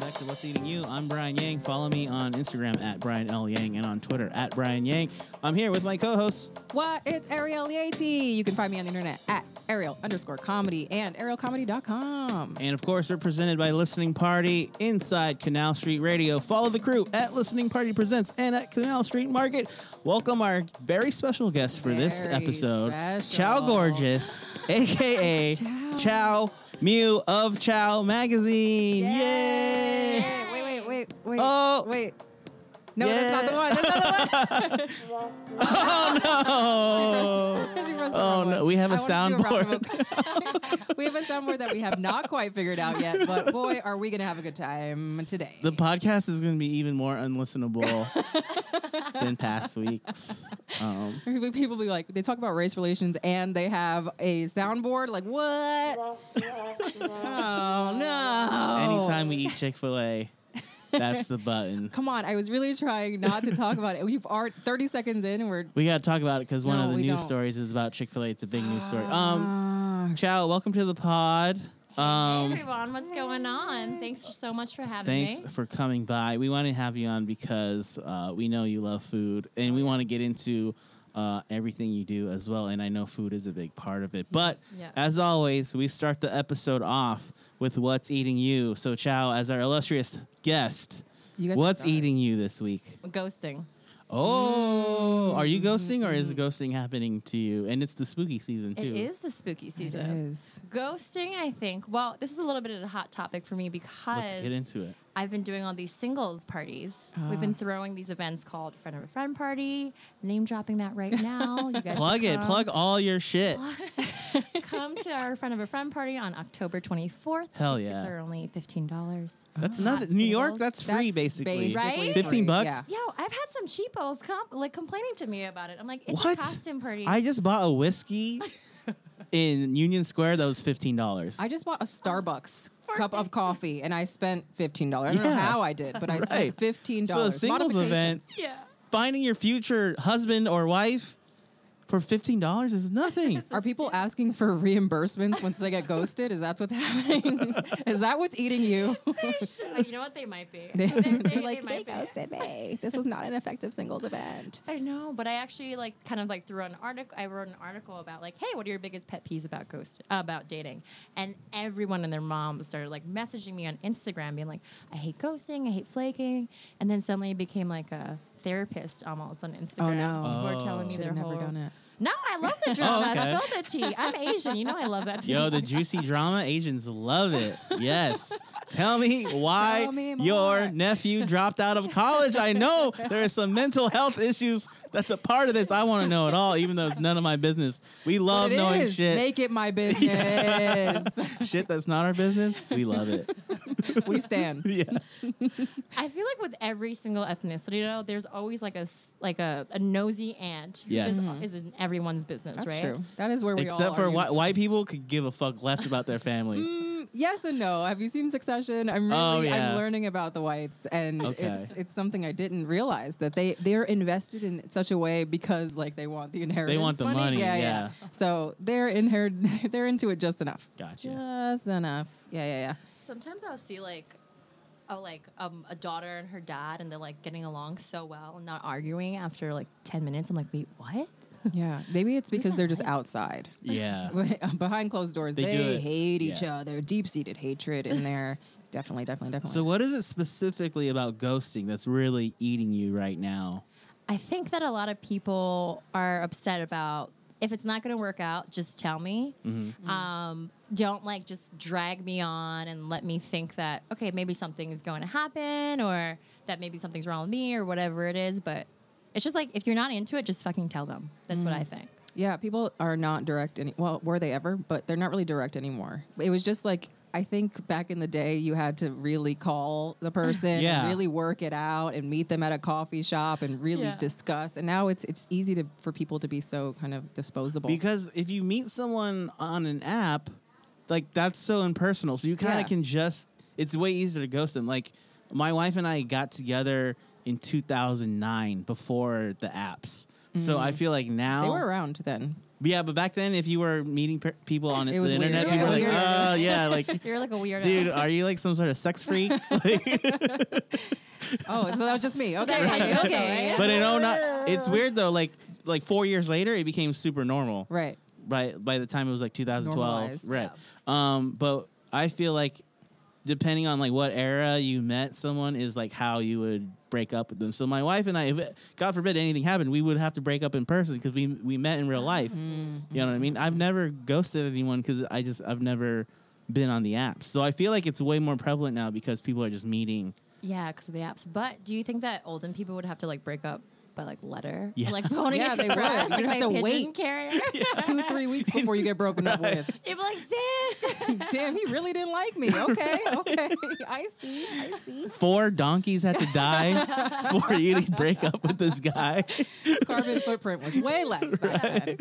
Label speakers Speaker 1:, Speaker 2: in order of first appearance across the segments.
Speaker 1: back to What's Eating You. I'm Brian Yang. Follow me on Instagram at Brian L. Yang and on Twitter at Brian Yang. I'm here with my co host.
Speaker 2: What? It's Ariel Yati. You can find me on the internet at Ariel underscore comedy and arielcomedy.com.
Speaker 1: And of course, we're presented by Listening Party inside Canal Street Radio. Follow the crew at Listening Party Presents and at Canal Street Market. Welcome our very special guest for this
Speaker 2: Very
Speaker 1: episode,
Speaker 2: special.
Speaker 1: Chow Gorgeous, aka
Speaker 2: Chow.
Speaker 1: Chow Mew of Chow Magazine. Yay!
Speaker 2: Hey, wait, wait, wait, wait.
Speaker 1: Oh.
Speaker 2: Wait. No,
Speaker 1: Yeah.
Speaker 2: that's not the one. That's not the one.
Speaker 1: Oh
Speaker 2: She pressed the
Speaker 1: Oh,
Speaker 2: wrong
Speaker 1: no.
Speaker 2: one.
Speaker 1: We have a
Speaker 2: I wanted to do a round of- we have a soundboard that we have not quite figured out yet, but boy, are we going to have a good time today.
Speaker 1: The podcast is going to be even more unlistenable than past weeks. Um,
Speaker 2: People be like, they talk about race relations and they have a soundboard. Like, what? oh, no.
Speaker 1: Anytime we eat Chick Fil A, that's the button.
Speaker 2: Come on, I was really trying not to talk about it. We've are 30 seconds in and we're.
Speaker 1: We got to talk about it because one
Speaker 2: No,
Speaker 1: of the
Speaker 2: we
Speaker 1: news
Speaker 2: don't. Ah.
Speaker 1: stories is about Chick Fil A. It's a big news story. Um, Chow, welcome to the pod.
Speaker 3: Hey
Speaker 1: Um,
Speaker 3: everyone, what's going on? Thanks for so much for having
Speaker 1: thanks
Speaker 3: me.
Speaker 1: for coming by. We want to have you on because uh, we know you love food and we want to get into uh, everything you do as well. And I know food is a big part of it. But
Speaker 3: Yes.
Speaker 1: as always, we start the episode off with what's eating you. So, Chow, as our illustrious guest,
Speaker 2: You got to
Speaker 1: what's
Speaker 2: start.
Speaker 1: eating you this week?
Speaker 3: Ghosting.
Speaker 1: Oh, are you ghosting or
Speaker 2: Mm-hmm.
Speaker 1: is ghosting happening to you? And it's the spooky season too.
Speaker 3: It is the spooky
Speaker 2: It
Speaker 3: season.
Speaker 2: is.
Speaker 3: Ghosting, I think. Well, this is a little bit of a hot topic for me because
Speaker 1: Let's get into it.
Speaker 3: I've been doing all these singles parties. We've been throwing these events called Friend of a Friend Party. Name dropping that right now. You guys
Speaker 1: Plug
Speaker 3: should
Speaker 1: it.
Speaker 3: come.
Speaker 1: Plug all your shit.
Speaker 3: Come to our Friend of a Friend Party on October 24th.
Speaker 1: Hell
Speaker 3: Tickets
Speaker 1: yeah.
Speaker 3: are only $15.
Speaker 1: That's
Speaker 3: Hot
Speaker 1: nothing. New York,
Speaker 3: singles.
Speaker 1: that's free
Speaker 2: That's
Speaker 1: basically.
Speaker 2: free.
Speaker 3: Right?
Speaker 1: 15 bucks?
Speaker 2: Yeah.
Speaker 3: Yo, I've had some cheapos com- like complaining to me about it. I'm like, it's
Speaker 1: What?
Speaker 3: a costume party.
Speaker 1: I just bought a whiskey in Union Square that was fifteen dollars.
Speaker 2: I just bought a Starbucks cup
Speaker 3: Perfect.
Speaker 2: of coffee and I spent fifteen dollars. I don't know
Speaker 1: Yeah.
Speaker 2: how I did, but I
Speaker 1: Right.
Speaker 2: spent fifteen
Speaker 1: So a
Speaker 2: dollars.
Speaker 1: singles event,
Speaker 3: yeah.
Speaker 1: finding your future husband or wife for fifteen dollars is nothing.
Speaker 2: Are people asking for reimbursements once they get ghosted? Is that what's happening? Is that what's eating you?
Speaker 3: Should- you know what? They might be.
Speaker 2: They-
Speaker 3: They, they- they
Speaker 2: like they
Speaker 3: might be.
Speaker 2: ghosted me. This was not an effective singles event.
Speaker 3: I know, but I actually like kind of like threw an article. I wrote an article about like, hey, what are your biggest pet peeves about ghost about dating? And everyone and their mom started like messaging me on Instagram, being like, I hate ghosting, I hate flaking, and then suddenly it became like a therapist almost on Instagram.
Speaker 2: Oh, no.
Speaker 3: who are telling me
Speaker 2: Should've
Speaker 3: their
Speaker 2: never
Speaker 3: whole.
Speaker 2: done it. Oh,
Speaker 3: No, I love the drama.
Speaker 1: okay.
Speaker 3: Spill the tea. I'm Asian. You know I love that.
Speaker 1: Yo,
Speaker 3: tea.
Speaker 1: the juicy drama, Asians love it. Yes. Tell me why
Speaker 2: Tell me more.
Speaker 1: your nephew dropped out of college. I know there are some mental health issues that's a part of this. I want to know it all, even though it's none of my business. We love
Speaker 2: It
Speaker 1: knowing
Speaker 2: is.
Speaker 1: shit.
Speaker 2: Make it my business.
Speaker 1: shit that's not our business. We love it.
Speaker 2: we stand.
Speaker 1: Yeah.
Speaker 3: I feel like with every single ethnicity, though, there's always like a s- like a, a nosy aunt. who
Speaker 1: Yes.
Speaker 3: just is in everyone's business,
Speaker 2: Mm-hmm. That's
Speaker 3: right?
Speaker 2: true. That is where we all
Speaker 1: Except for
Speaker 2: are.
Speaker 1: whi- white people could give a fuck less about their
Speaker 2: Mm.
Speaker 1: family.
Speaker 2: Yes and no. Have you seen Succession? I'm really
Speaker 1: Oh, yeah.
Speaker 2: I'm learning about the whites and
Speaker 1: Okay.
Speaker 2: it's it's something I didn't realize that they they're invested in such a way because like they want the inheritance.
Speaker 1: the money,
Speaker 2: Yeah,
Speaker 1: yeah.
Speaker 2: yeah. So they're inherit they're into it just enough.
Speaker 1: Gotcha.
Speaker 2: Just enough. Yeah, yeah, yeah.
Speaker 3: Sometimes I'll see like, oh, like um, a daughter and her dad, and they're like getting along so well, not arguing after like ten minutes. I'm like, wait, what?
Speaker 2: Yeah. Maybe it's because they're just outside.
Speaker 1: Yeah.
Speaker 2: Behind closed doors,
Speaker 1: They
Speaker 2: they,
Speaker 1: do it.
Speaker 2: hate each
Speaker 1: Yeah.
Speaker 2: other. Deep seated hatred in there. definitely, definitely, definitely.
Speaker 1: So, what is it specifically about ghosting that's really eating you right now?
Speaker 3: I think that a lot of people are upset about if it's not going to work out, just tell me.
Speaker 1: Mm-hmm.
Speaker 2: Mm-hmm.
Speaker 3: Um, don't like just drag me on and let me think that, okay, maybe something is going to happen or that maybe something's wrong with me or whatever it is. But it's just like if you're not into it, just fucking tell them. That's what I
Speaker 2: Mm-hmm.
Speaker 3: think.
Speaker 2: Yeah, people are not direct any. Well, were they ever? But they're not really direct anymore. It was just like I think back in the day, you had to really call the person,
Speaker 1: Yeah.
Speaker 2: and really work it out, and meet them at a coffee shop, and really
Speaker 3: Yeah.
Speaker 2: discuss. And now it's it's easy to for people to be so kind of disposable.
Speaker 1: Because if you meet someone on an app, like that's so impersonal. So you kind of
Speaker 2: Yeah.
Speaker 1: can just it's way easier to ghost them. Like my wife and I got together in 2009 before the apps. So I feel like now
Speaker 2: they were Mm. around then.
Speaker 1: But yeah, but back then, if you were meeting per- people on
Speaker 2: It
Speaker 1: the
Speaker 2: was weird.
Speaker 1: internet,
Speaker 2: Yeah,
Speaker 1: you
Speaker 2: it
Speaker 1: were
Speaker 2: was
Speaker 1: like,
Speaker 2: weird.
Speaker 1: oh yeah, like
Speaker 3: You're like a weirdo.
Speaker 1: dude, uh are you like some sort of sex freak? Like,
Speaker 2: Oh, so that was just me. Okay,
Speaker 3: that's how you feel,
Speaker 2: okay.
Speaker 3: right?
Speaker 1: but you know, not. It's weird though. Like like four years later, it became super normal.
Speaker 2: Right.
Speaker 1: by by the time it was like 2012
Speaker 2: Normalized.
Speaker 1: right um but i feel like depending on like what era you met someone is like how you would break up with them so my wife and i if it- god forbid anything happened we would have to break up in person because we we met in
Speaker 2: Mm-hmm,
Speaker 1: real life you know what i mean i've never ghosted anyone because i just i've never been on the app so i feel like it's way more prevalent now because people are just meeting
Speaker 3: Yeah, because of the apps. But do you think that olden people would have to like break up by like letter?
Speaker 1: Yeah.
Speaker 3: Like Pony
Speaker 2: Yeah, they would.
Speaker 3: Express,
Speaker 2: You'd have
Speaker 3: like my
Speaker 2: to
Speaker 3: pigeon
Speaker 2: wait.
Speaker 3: carrier.
Speaker 2: Two, three weeks before you get broken up with.
Speaker 3: You'd be like, damn.
Speaker 2: Damn, he really didn't like me. Okay, okay. I see. I see.
Speaker 1: four donkeys had to die for you to break up with this guy
Speaker 2: carbon footprint was way less back then.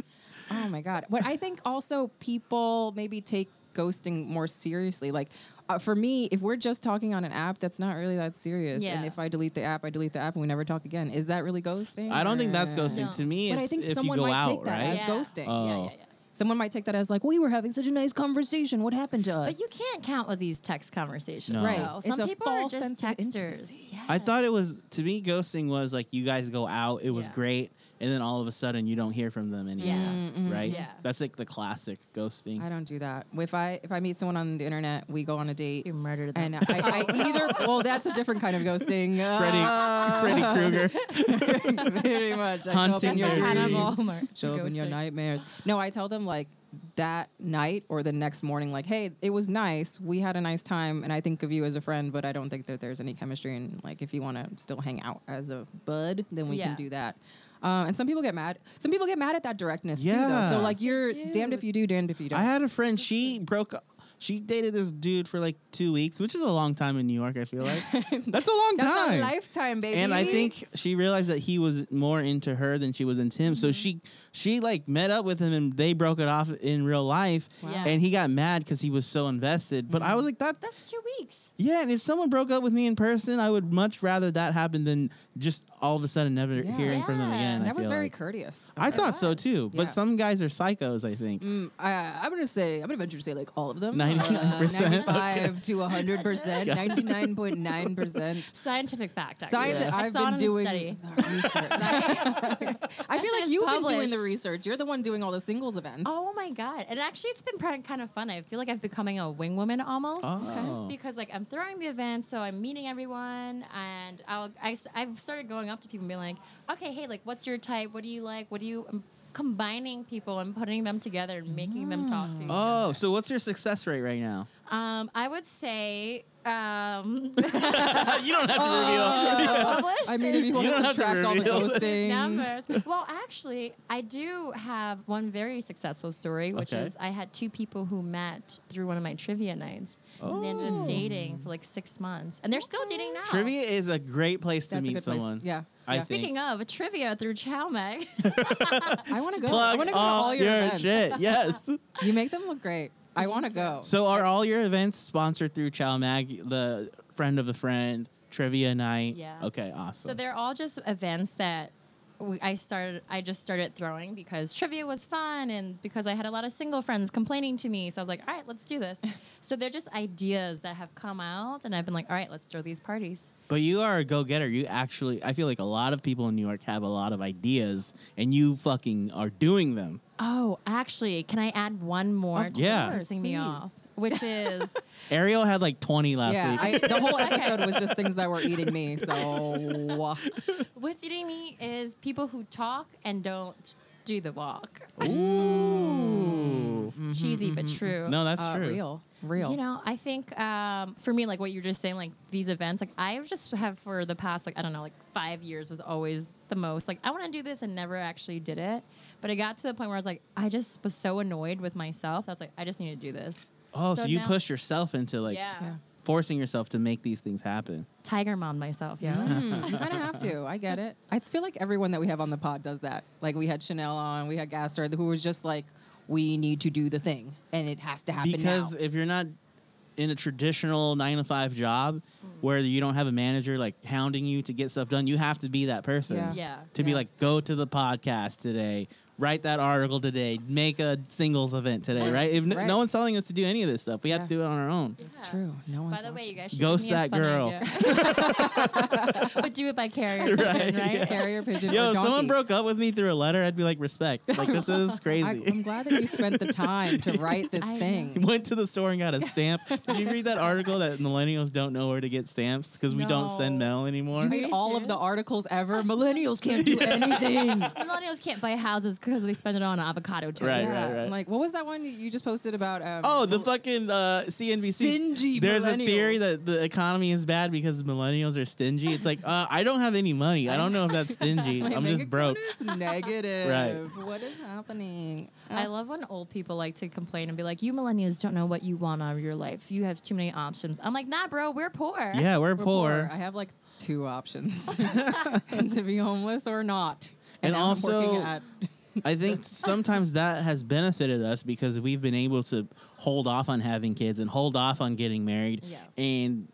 Speaker 2: Oh my god! But I think also people maybe take ghosting more seriously. Like uh, for me, if we're just talking on an app, that's not really that serious. And
Speaker 3: Yeah.
Speaker 2: if I delete the app, I delete the app, and we never talk again. Is that really ghosting?
Speaker 1: i don't think that's
Speaker 2: Or-
Speaker 1: ghosting
Speaker 3: No.
Speaker 1: to me
Speaker 2: But I
Speaker 1: it's
Speaker 2: think
Speaker 1: if you
Speaker 2: someone
Speaker 1: go
Speaker 2: might
Speaker 1: out
Speaker 2: take that
Speaker 1: right
Speaker 2: as
Speaker 3: Yeah.
Speaker 2: ghosting.
Speaker 3: Yeah,
Speaker 1: Oh.
Speaker 3: yeah, yeah.
Speaker 2: Someone might take that as like we were having such a nice conversation. What happened to us?
Speaker 3: But you can't count with these text conversations.
Speaker 1: No.
Speaker 2: Right.
Speaker 3: though.
Speaker 2: It's a
Speaker 3: Some people are
Speaker 2: false
Speaker 3: just
Speaker 2: sense of
Speaker 3: texters.
Speaker 2: intimacy.
Speaker 3: Yeah.
Speaker 1: I thought it was to me ghosting was like you guys go out, it was
Speaker 3: Yeah.
Speaker 1: great, and then all of a sudden you don't hear from them anymore.
Speaker 3: Mm,
Speaker 1: Right?
Speaker 3: yeah.
Speaker 1: That's like the classic ghosting.
Speaker 2: Mm-hmm. I don't do that. If I if I meet someone on the internet, we go on a date.
Speaker 3: You murdered them.
Speaker 2: and I, I either well, that's a different kind of ghosting. Uh,
Speaker 1: Freddy Freddy Krueger.
Speaker 2: pretty much. I show up
Speaker 1: Hunting
Speaker 2: in your
Speaker 1: their
Speaker 2: dreams.
Speaker 1: Hannibal
Speaker 2: Show up in your
Speaker 3: Ghosting.
Speaker 2: nightmares. No, I tell them like that night or the next morning, like, hey, it was nice. We had a nice time, and I think of you as a friend, but I don't think that there's any chemistry. And like, if you want to still hang out as a bud, then we
Speaker 3: Yeah.
Speaker 2: can do that. Um, and some people get mad. Some people get mad at that directness too,
Speaker 1: Yeah.
Speaker 2: though. So like,
Speaker 3: Yes, they
Speaker 2: you're
Speaker 3: do.
Speaker 2: damned if you do, damned if you don't.
Speaker 1: I had a friend, she broke up she dated this dude for like two weeks, which is a long time in New York, I feel like. That's a long
Speaker 2: That's
Speaker 1: time.
Speaker 2: a lifetime, baby.
Speaker 1: and I think she realized that he was more into her than she was into him.
Speaker 2: Mm-hmm.
Speaker 1: So she she like met up with him and they broke it off in real life.
Speaker 3: Yeah.
Speaker 1: And he got mad because he was so invested. But
Speaker 2: Mm-hmm.
Speaker 1: I was like, that
Speaker 3: That's two weeks.
Speaker 1: Yeah, and if someone broke up with me in person, I would much rather that happen than just all of a sudden never
Speaker 2: Yeah.
Speaker 1: hearing from them
Speaker 3: Yeah.
Speaker 1: again. I
Speaker 2: that was
Speaker 1: feel
Speaker 2: very
Speaker 1: like.
Speaker 2: courteous.
Speaker 1: I thought so too, but
Speaker 2: Yeah. Mm.
Speaker 1: some guys are psychos. I think.
Speaker 2: Um, I, I'm gonna say I'm gonna venture to say like all of them,
Speaker 1: 99%?
Speaker 2: ninety five to hundred percent, ninety nine point nine percent.
Speaker 3: Scientific fact. Actually.
Speaker 2: Science.
Speaker 3: I
Speaker 2: I've
Speaker 3: saw
Speaker 2: been
Speaker 3: it in
Speaker 2: doing
Speaker 3: a study.
Speaker 2: research. I feel
Speaker 3: shit
Speaker 2: like
Speaker 3: is
Speaker 2: you've been doing the
Speaker 3: published.
Speaker 2: research. You're the one doing all the singles events.
Speaker 3: Oh my god! And actually, it's been pr- kind of fun. I feel like I've becoming a wing woman almost
Speaker 1: Oh.
Speaker 3: because like I'm throwing the event, so I'm meeting everyone, and I'll I, have started going up to people and being like, okay, hey, like, what's your type? What do you like? What do you? I'm combining people and putting them together and making them talk to. each
Speaker 1: Oh, so what's your success rate right now?
Speaker 3: other. Um, I would say um,
Speaker 2: Uh,
Speaker 1: you don't have to
Speaker 2: Oh.
Speaker 1: reveal.
Speaker 3: published.
Speaker 2: I mean, if you want
Speaker 1: don't
Speaker 2: to
Speaker 1: have to
Speaker 2: subtract all the
Speaker 1: reveal this.
Speaker 2: ghosting,
Speaker 3: numbers. well, actually, I do have one very successful story, which
Speaker 1: Okay.
Speaker 3: is I had two people who met through one of my trivia nights, and they ended up dating for like six months, and they're still dating now.
Speaker 1: Oh. Trivia is a great place to
Speaker 2: That's a
Speaker 1: meet
Speaker 2: good place.
Speaker 1: someone.
Speaker 2: Yeah.
Speaker 1: I
Speaker 2: Yeah.
Speaker 1: think.
Speaker 3: Speaking of trivia through Chowmag,
Speaker 2: I want to go. I
Speaker 1: Plug
Speaker 2: want to go to
Speaker 1: all,
Speaker 2: all
Speaker 1: your,
Speaker 2: events.
Speaker 1: shit. Yes.
Speaker 2: You make them look great. I want to go.
Speaker 1: so are all your events sponsored through Chow Mag, the friend of a friend trivia night?
Speaker 3: Yeah.
Speaker 1: Okay. Awesome.
Speaker 3: so they're all just events that. we- I started. I just started throwing because trivia was fun, and because I had a lot of single friends complaining to me. So I was like, "All right, let's do this." So they're just ideas that have come out, and I've been like, "All right, let's throw these parties."
Speaker 1: But you are a go getter. You actually, I feel like a lot of people in New York have a lot of ideas, and you fucking are doing them.
Speaker 3: Oh, actually, can I add one more?
Speaker 2: Of
Speaker 3: to what's
Speaker 1: course,
Speaker 3: pissing me
Speaker 2: please.
Speaker 3: off, which is
Speaker 1: Ariel had like 20 last
Speaker 2: yeah,
Speaker 1: week.
Speaker 2: I, the whole episode was just things that were eating me. So
Speaker 3: what's eating me is people who talk and don't do the walk. Mm-hmm,
Speaker 1: Ooh.
Speaker 3: Cheesy but true.
Speaker 1: No, that's
Speaker 2: uh,
Speaker 1: true.
Speaker 2: real, real.
Speaker 3: You know, I think um, for me, like what you were just saying, like these events, like I just have for the past, like I don't know, like five years was always the most. Like I want to do this and never actually did it. But it got to the point where I was like, I just was so annoyed with myself. I was like, I just need to do this.
Speaker 1: Oh, so,
Speaker 3: So
Speaker 1: you
Speaker 3: now-
Speaker 1: push yourself into like
Speaker 3: yeah.
Speaker 2: Yeah.
Speaker 1: forcing yourself to make these things happen.
Speaker 3: Tiger mom myself. Yeah.
Speaker 2: Mm, you kind of have to. I get it. I feel like everyone that we have on the pod does that. Like we had Chanel on, we had Gaster, who was just like, "We need to do the thing, and it has to happen
Speaker 1: Because
Speaker 2: now."
Speaker 1: if you're not in a traditional nine to five job
Speaker 2: Mm.
Speaker 1: where you don't have a manager like hounding you to get stuff done, you have to be that person.
Speaker 2: Yeah.
Speaker 3: Yeah.
Speaker 1: To be
Speaker 2: Yeah.
Speaker 1: like, go to the podcast today, write that article today, make a singles event today,
Speaker 2: Yeah.
Speaker 1: right? If n-
Speaker 2: Right.
Speaker 1: no one's telling us to do any of this stuff, we have
Speaker 2: Yeah.
Speaker 1: to do it on our own.
Speaker 2: It's true. No one's
Speaker 3: By the way, you guys should
Speaker 1: Ghost
Speaker 3: give me a
Speaker 1: that
Speaker 3: fun
Speaker 1: girl.
Speaker 3: idea. but do it by carrier pigeon, right?
Speaker 2: watching. carrier pigeon.
Speaker 1: Yo,
Speaker 2: or
Speaker 1: if someone
Speaker 2: donkey.
Speaker 1: broke up with me through a letter, I'd be like, respect. Like this is
Speaker 2: I,
Speaker 1: crazy.
Speaker 2: I'm glad that you spent the time to write this
Speaker 3: I know.
Speaker 2: thing.
Speaker 1: Went to the store and got a stamp. Did you read that article that millennials don't know where to get stamps because we don't send
Speaker 3: No.
Speaker 1: mail anymore?
Speaker 3: Are
Speaker 2: Read
Speaker 3: you
Speaker 2: all of the articles ever. Millennials can't do anything.
Speaker 3: Millennials can't buy houses because they spend it on avocado toast.
Speaker 1: Right,
Speaker 2: Yeah.
Speaker 1: right, right.
Speaker 2: I'm like, what was that one you- you just posted about? Um,
Speaker 1: Oh, the fucking uh, CNBC.
Speaker 2: Stingy
Speaker 1: There's a theory
Speaker 2: millennials.
Speaker 1: that the economy is bad because millennials are stingy. It's like uh, I don't have any money. I don't know if that's stingy.
Speaker 2: my
Speaker 1: I'm
Speaker 2: bank
Speaker 1: just broke.
Speaker 2: account is negative. What is happening?
Speaker 1: Uh-huh.
Speaker 3: I love when old people like to complain and be like, "You millennials don't know what you want out of your life. You have too many options." I'm like, "Nah, bro, we're poor."
Speaker 1: Yeah, we're,
Speaker 2: We're
Speaker 1: poor.
Speaker 2: I have like two options: to be homeless or not.
Speaker 1: And
Speaker 2: now I'm
Speaker 1: also-
Speaker 2: working at-
Speaker 1: I think sometimes that has benefited us because we've been able to hold off on having kids and hold off on getting married.
Speaker 3: Yeah.
Speaker 1: And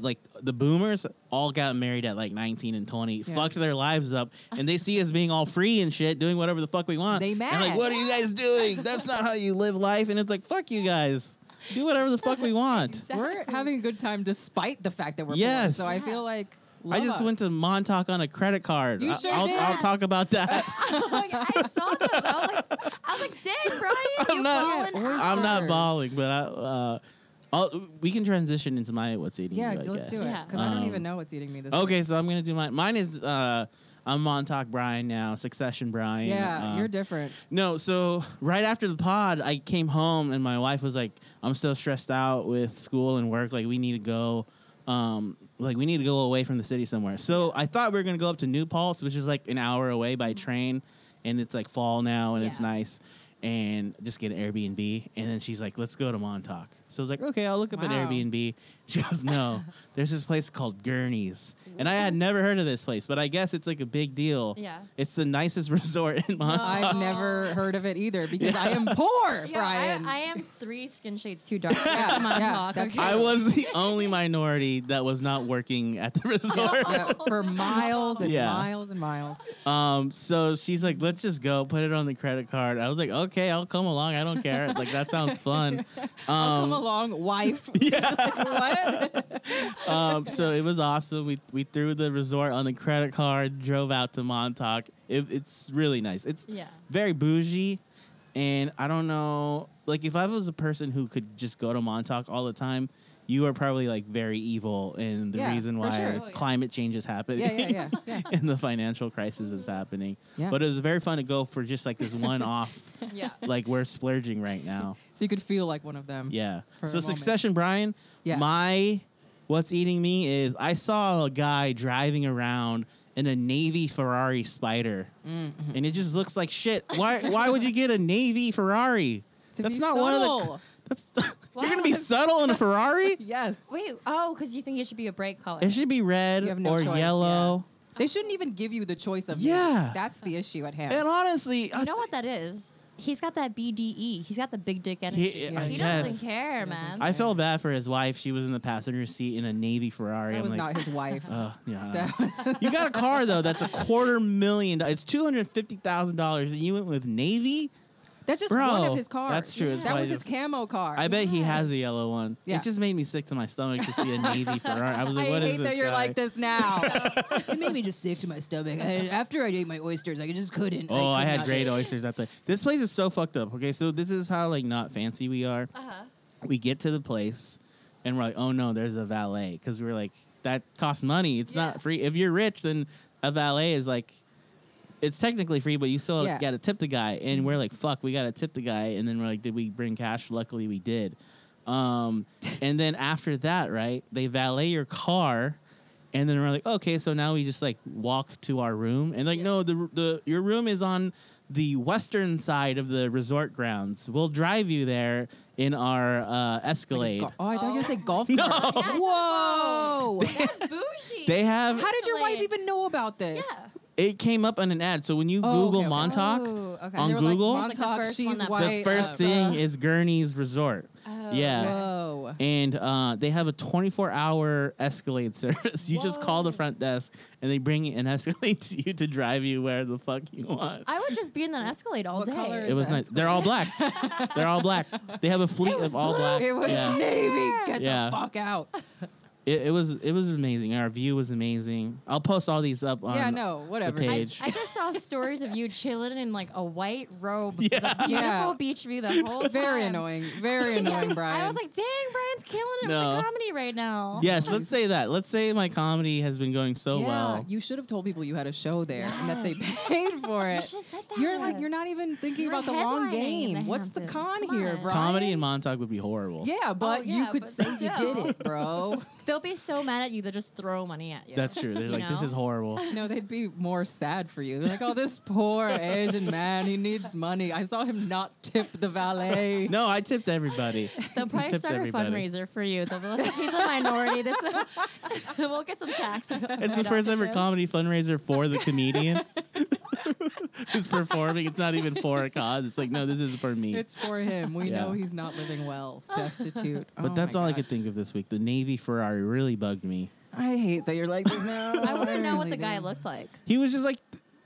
Speaker 1: like the boomers all got married at like 19 and 20, fucked their lives up, and they see us being all free and shit, doing whatever the fuck we want.
Speaker 2: They
Speaker 1: And
Speaker 2: mad.
Speaker 1: like, what are you guys doing? That's not how you live life. And it's like, fuck you guys. Do whatever the fuck we want.
Speaker 2: we're having a good time despite the fact that we're poor.
Speaker 1: Yes.
Speaker 2: So I feel like
Speaker 1: I
Speaker 2: love
Speaker 1: just
Speaker 2: us.
Speaker 1: went to Montauk on a credit card.
Speaker 2: You
Speaker 1: I-
Speaker 2: sure
Speaker 1: I'll,
Speaker 2: did.
Speaker 1: I'll talk about that.
Speaker 3: Like, I saw those. I was like, I was like, "Dang, Brian,
Speaker 1: I'm
Speaker 3: you
Speaker 1: not.
Speaker 3: balling
Speaker 2: Yeah,
Speaker 3: out."
Speaker 1: I'm not
Speaker 2: Stars.
Speaker 1: bawling, but I, uh, I'll, we can transition into my what's eating.
Speaker 2: Yeah,
Speaker 1: you, I
Speaker 2: let's do it
Speaker 1: guess.
Speaker 2: because
Speaker 3: Yeah.
Speaker 2: I don't
Speaker 1: Um,
Speaker 2: even know what's eating me this.
Speaker 1: Okay, so I'm gonna do mine. Mine is uh, I'm Montauk Brian now, Succession Brian.
Speaker 2: week. Yeah,
Speaker 1: um,
Speaker 2: you're different.
Speaker 1: No, so right after the pod, I came home and my wife was like, "I'm so stressed out with school and work. Like, we need to go." Um, like we need to go away from the city somewhere. So I thought we were gonna go up to New Paltz, which is like an hour away by train, and it's like fall now and it's
Speaker 3: Yeah.
Speaker 1: nice, and just get an Airbnb. And then she's like, "Let's go to Montauk." So I was like, "Okay, I'll look up an
Speaker 2: Wow.
Speaker 1: Airbnb." Airbnb. She goes, No, there's this place called Gurney's. And I had never heard of this place, but I guess it's like a big deal.
Speaker 3: Yeah.
Speaker 1: It's the nicest resort in Montauk.
Speaker 2: I've never heard of it either because I am poor,
Speaker 3: Yeah,
Speaker 2: Brian.
Speaker 3: I, I am three skin shades too dark.
Speaker 2: Yeah,
Speaker 3: Come on,
Speaker 2: yeah,
Speaker 3: talk,
Speaker 2: that's
Speaker 3: okay?
Speaker 1: I was the only minority that was not working at the resort.
Speaker 2: Yeah, for miles and
Speaker 1: Yeah.
Speaker 2: miles and miles.
Speaker 1: Um, so she's like, let's just go, put it on the credit card. I was like, okay, I'll come along. I don't care. Like, that sounds fun.
Speaker 2: Come along, wife. Yeah. what?
Speaker 1: um, so it was awesome. We we threw the resort on the credit card, drove out to Montauk. It, it's really nice. It's
Speaker 3: Yeah.
Speaker 1: very bougie, and I don't know. Like if I was a person who could just go to Montauk all the time, you are probably like very evil, and the
Speaker 2: Yeah,
Speaker 1: reason
Speaker 2: for
Speaker 1: why
Speaker 2: sure.
Speaker 3: Oh, yeah.
Speaker 1: climate change is happening.
Speaker 2: Yeah, yeah, yeah, yeah.
Speaker 1: and the financial crisis is happening.
Speaker 2: Yeah.
Speaker 1: But it was very fun to go for just like this one off.
Speaker 3: Yeah.
Speaker 1: Like we're splurging right now.
Speaker 2: So you could feel like one of them.
Speaker 1: Yeah.
Speaker 2: for
Speaker 1: So
Speaker 2: a moment.
Speaker 1: Succession, Brian.
Speaker 2: Yeah.
Speaker 1: My what's eating me is I saw a guy driving around in a navy Ferrari Spider,
Speaker 2: Mm-hmm.
Speaker 1: and it just looks like shit. Why? Why would you get a navy Ferrari?
Speaker 2: To
Speaker 1: that's
Speaker 2: be
Speaker 1: not one of
Speaker 2: subtle.
Speaker 1: the. That's you're gonna be subtle in a Ferrari.
Speaker 2: Yes.
Speaker 3: Wait, oh, because you think it should be a bright color.
Speaker 1: It should be red
Speaker 2: You have no
Speaker 1: or
Speaker 2: choice,
Speaker 1: yellow.
Speaker 2: They shouldn't even give you the choice of.
Speaker 1: Yeah.
Speaker 2: It. That's the issue at hand.
Speaker 1: And honestly, I
Speaker 3: You know what that is? He's got that BDE. He's got the big dick energy. He,
Speaker 1: I guess.
Speaker 3: doesn't care, man.
Speaker 1: I felt bad for his wife. She was in the passenger seat in a navy Ferrari.
Speaker 2: that
Speaker 1: I'm
Speaker 2: was
Speaker 1: like,
Speaker 2: not his wife.
Speaker 1: Uh, yeah.
Speaker 2: That-
Speaker 1: you got a car though that's a quarter million. do- It's two hundred fifty thousand dollars, and you went with Navy.
Speaker 2: That's just
Speaker 1: Bro,
Speaker 2: one of his cars.
Speaker 1: that's true. It's
Speaker 2: That
Speaker 1: probably
Speaker 2: was his
Speaker 1: just-
Speaker 2: camo car.
Speaker 1: I bet he has a yellow one.
Speaker 2: Yeah.
Speaker 1: It just made me sick to my stomach to see a Navy Ferrari. I was
Speaker 2: I
Speaker 1: like, what is
Speaker 2: hate
Speaker 1: this
Speaker 2: that you're
Speaker 1: guy?
Speaker 2: like this now. it made me just sick to my stomach. I, after I ate my oysters, I just couldn't.
Speaker 1: Oh, I,
Speaker 2: could
Speaker 1: had
Speaker 2: not
Speaker 1: great
Speaker 2: eat.
Speaker 1: oysters out there. This place is so fucked up. Okay, so this is how like not fancy we are.
Speaker 3: Uh-huh.
Speaker 1: We get to the place, and we're like, oh no, there's a valet because we're like that costs money. It's
Speaker 3: Yeah.
Speaker 1: not free. If you're rich, then a valet is like. It's technically free, but you still
Speaker 2: Yeah.
Speaker 1: got to tip the guy. And we're like, fuck, we got to tip the guy. And then we're like, did we bring cash? Luckily, we did. Um, and then after that, right, they valet your car, and then we're like, okay, so now we just like walk to our room, and like, no, the the your room is on the western side of the resort grounds. We'll drive you there in our uh, Escalade.
Speaker 2: Go- oh, I thought you were gonna say golf.
Speaker 1: No.
Speaker 2: cart.
Speaker 3: Yeah, come
Speaker 2: Whoa.
Speaker 3: That's bougie.
Speaker 1: They have
Speaker 2: How did your wife
Speaker 3: Escalade.
Speaker 2: even know about this?
Speaker 3: Yeah.
Speaker 1: it came up on an ad. So when you
Speaker 2: Oh,
Speaker 1: Google
Speaker 2: okay, okay.
Speaker 1: Montauk
Speaker 3: Oh, okay.
Speaker 1: on
Speaker 2: They were like,
Speaker 1: Google,
Speaker 3: Mon- It's like the
Speaker 2: Montauk,
Speaker 3: first one
Speaker 2: she's
Speaker 3: that
Speaker 2: white.
Speaker 1: the first
Speaker 2: uh,
Speaker 1: thing is Gurney's Resort.
Speaker 3: Oh,
Speaker 1: yeah.
Speaker 3: okay.
Speaker 2: Whoa. Wow.
Speaker 1: and uh, they have a 24 hour Escalade service. You just call the front desk and they bring an Escalade to you to drive you where the fuck you want.
Speaker 3: I would just be in an Escalade all
Speaker 2: What
Speaker 3: day.
Speaker 2: color
Speaker 1: it was
Speaker 2: the
Speaker 1: nice. They're all black. They're all black. They have a fleet of all black.
Speaker 2: It was
Speaker 1: yeah.
Speaker 2: navy. Get
Speaker 1: Yeah.
Speaker 2: the fuck out.
Speaker 1: It, it was it was amazing. Our view was amazing. I'll post all these up on
Speaker 2: yeah, no, whatever.
Speaker 1: page. Age.
Speaker 3: I, I just saw stories of you chilling in like a white robe, the beautiful
Speaker 2: Yeah.
Speaker 3: beach view the whole time.
Speaker 2: Very annoying. Very annoying, Brian.
Speaker 3: I was like, dang, Brian's killing it
Speaker 1: No.
Speaker 3: with the comedy right now.
Speaker 1: Yes, let's say that. Let's say my comedy has been going so
Speaker 2: yeah,
Speaker 1: well.
Speaker 2: you should have told people you had a show there and that they paid for
Speaker 3: You
Speaker 2: it.
Speaker 3: should have said that.
Speaker 2: You're like you're not even thinking
Speaker 3: You're
Speaker 2: about the long
Speaker 3: headlining
Speaker 2: game.
Speaker 3: if it
Speaker 2: What's the
Speaker 3: happens.
Speaker 2: con
Speaker 3: Come
Speaker 2: here,
Speaker 3: on. Oh,
Speaker 2: bro?
Speaker 1: comedy in Montauk would be horrible.
Speaker 2: Yeah, but you
Speaker 3: yeah,
Speaker 2: could
Speaker 3: but
Speaker 2: say you did
Speaker 3: still.
Speaker 2: it, bro.
Speaker 3: They'll be so mad at you, they'll just throw money at you.
Speaker 1: That's true. They're
Speaker 3: You
Speaker 1: like, this
Speaker 3: know?
Speaker 1: is horrible.
Speaker 2: No, they'd be more sad for you. They're like, oh, this poor Asian man, he needs money. I saw him not tip the valet.
Speaker 1: No, I tipped everybody.
Speaker 3: They'll probably
Speaker 1: tipped
Speaker 3: start a
Speaker 1: everybody.
Speaker 3: fundraiser for you. They'll be like, he's a minority. This we'll get some tax.
Speaker 1: It's the first ever comedy fundraiser for the comedian who's performing. It's not even for a cause. It's like, no, this is for me.
Speaker 2: It's for him. We
Speaker 1: Yeah.
Speaker 2: know he's not living well, destitute. Oh,
Speaker 1: but that's all I could think of this week. The Navy Ferrari really bugged me.
Speaker 2: I hate that you're like this now.
Speaker 3: I want to know what
Speaker 2: really
Speaker 3: the guy
Speaker 2: do.
Speaker 3: looked like.
Speaker 1: He was just like,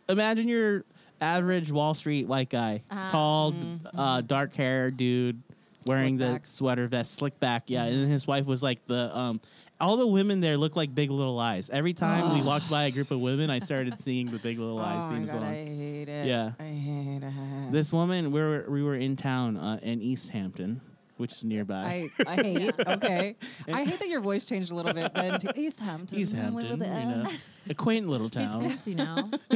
Speaker 1: imagine your average Wall Street white guy,
Speaker 2: Uh-huh.
Speaker 3: Ah.
Speaker 1: tall, uh, dark hair dude, wearing
Speaker 2: Mm-hmm. Slick
Speaker 1: the
Speaker 2: back. Mm-hmm.
Speaker 1: sweater vest, slick back. Yeah, and then his wife was like the. Um, all the women there look like Big Little Lies. Every time we walked by a group of women, I started seeing the Big Little Lies
Speaker 2: Oh my
Speaker 1: theme
Speaker 2: God,
Speaker 1: song.
Speaker 2: I hate it.
Speaker 1: Yeah.
Speaker 2: I hate it.
Speaker 1: This woman, we were, we were in town uh, in East Hampton, which is nearby.
Speaker 2: I, I hate. Okay. I hate that your voice changed a little bit then to East Hampton.
Speaker 1: East
Speaker 2: with
Speaker 1: Hampton, you
Speaker 2: Mm-hmm. the M.
Speaker 1: know, a quaint little
Speaker 3: He's
Speaker 1: town.
Speaker 3: fancy now.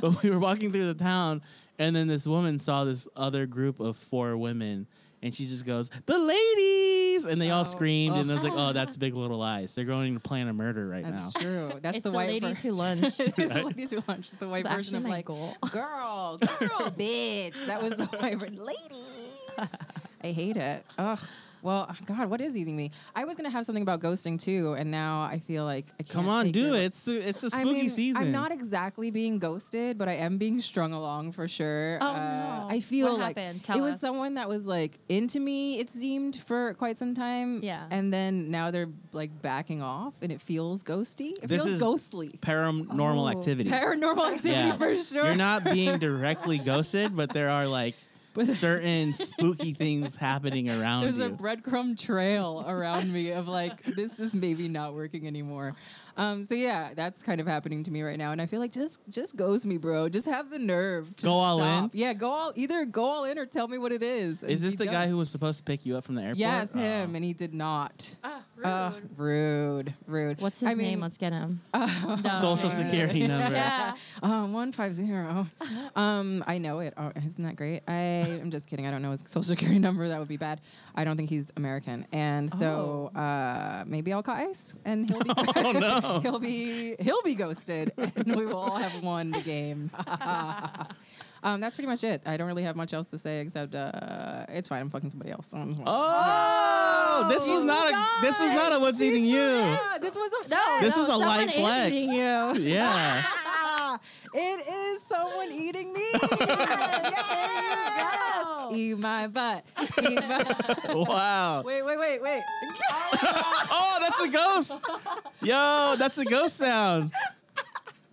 Speaker 1: but we were walking through the town, and then this woman saw this other group of four women, and she just goes, "The ladies!" And they all
Speaker 2: Oh.
Speaker 1: screamed, and I was like,
Speaker 2: Oh.
Speaker 1: "Oh, that's Big Little Lies. They're going to plan a murder right
Speaker 2: That's
Speaker 1: now."
Speaker 2: true. That's
Speaker 3: it's
Speaker 2: the,
Speaker 3: the,
Speaker 2: white
Speaker 3: ladies
Speaker 2: ver-
Speaker 3: who lunch.
Speaker 2: it's the ladies who lunch. It's the white
Speaker 3: It's
Speaker 2: version
Speaker 3: actually
Speaker 2: of
Speaker 3: my
Speaker 2: like
Speaker 3: goal.
Speaker 2: girl, girl, bitch. That was the white ver- ladies. I hate it. Ugh. Well, God, what is eating me? I was gonna have something about ghosting too, and now I feel like I can't.
Speaker 1: Come on,
Speaker 2: take
Speaker 1: do
Speaker 2: your-
Speaker 1: it. It's the it's a
Speaker 2: I
Speaker 1: spooky
Speaker 2: mean,
Speaker 1: season.
Speaker 2: I'm not exactly being ghosted, but I am being strung along for sure.
Speaker 3: Oh,
Speaker 2: Uh,
Speaker 3: no.
Speaker 2: I feel
Speaker 3: What
Speaker 2: like
Speaker 3: happened?
Speaker 2: it
Speaker 3: Tell
Speaker 2: was
Speaker 3: us.
Speaker 2: someone that was like into me. It seemed for quite some time.
Speaker 3: Yeah.
Speaker 2: and then now they're like backing off, and it feels ghosty. It
Speaker 1: This
Speaker 2: feels
Speaker 1: is-
Speaker 2: ghostly.
Speaker 1: Paranormal
Speaker 3: Oh.
Speaker 1: activity.
Speaker 2: Paranormal activity
Speaker 1: Yeah.
Speaker 2: for sure.
Speaker 1: You're not being directly ghosted, but there are like certain spooky things happening around
Speaker 2: There's
Speaker 1: you.
Speaker 2: a breadcrumb trail around me of like, this is maybe not working anymore. Um, so yeah, that's kind of happening to me right now, and I feel like just just goes me, bro. Just have the nerve to
Speaker 1: Go all
Speaker 2: stop.
Speaker 1: in?
Speaker 2: Yeah, go all either go all in or tell me what it is. and
Speaker 1: Is this
Speaker 2: be
Speaker 1: the
Speaker 2: done.
Speaker 1: guy who was supposed to pick you up from the airport?
Speaker 2: Yes,
Speaker 1: Oh.
Speaker 2: him, and he did not. Ugh, rude, rude.
Speaker 3: Ah, What's his
Speaker 2: I
Speaker 3: name?
Speaker 2: mean,
Speaker 3: Let's get him. No.
Speaker 1: Social
Speaker 2: Oh,
Speaker 1: security number.
Speaker 3: Oh. Yeah.
Speaker 2: Uh, one five zero. Um, I know it. Oh, isn't that great? I am just kidding. I don't know his social security number. That would be bad. I don't think he's American, and
Speaker 1: Oh.
Speaker 2: so uh, maybe I'll call ICE, and he'll be he'll be he'll be ghosted, and we will all have won the game. um, that's pretty much it. I don't really have much else to say except uh, it's fine. I'm fucking somebody else. Oh,
Speaker 1: Oh, this was
Speaker 2: She's
Speaker 1: not a this was not a what's eating you.
Speaker 2: this was a
Speaker 3: No,
Speaker 1: This
Speaker 3: no,
Speaker 1: was a
Speaker 3: someone
Speaker 1: light
Speaker 3: is
Speaker 1: flex.
Speaker 3: eating you.
Speaker 1: Yeah.
Speaker 2: Ah, it is someone eating me. Yes.
Speaker 3: Wow.
Speaker 2: Eat my butt. Eat my-
Speaker 1: wow.
Speaker 2: wait, wait, wait, wait.
Speaker 1: Oh, that's a ghost. Yo, that's a ghost sound.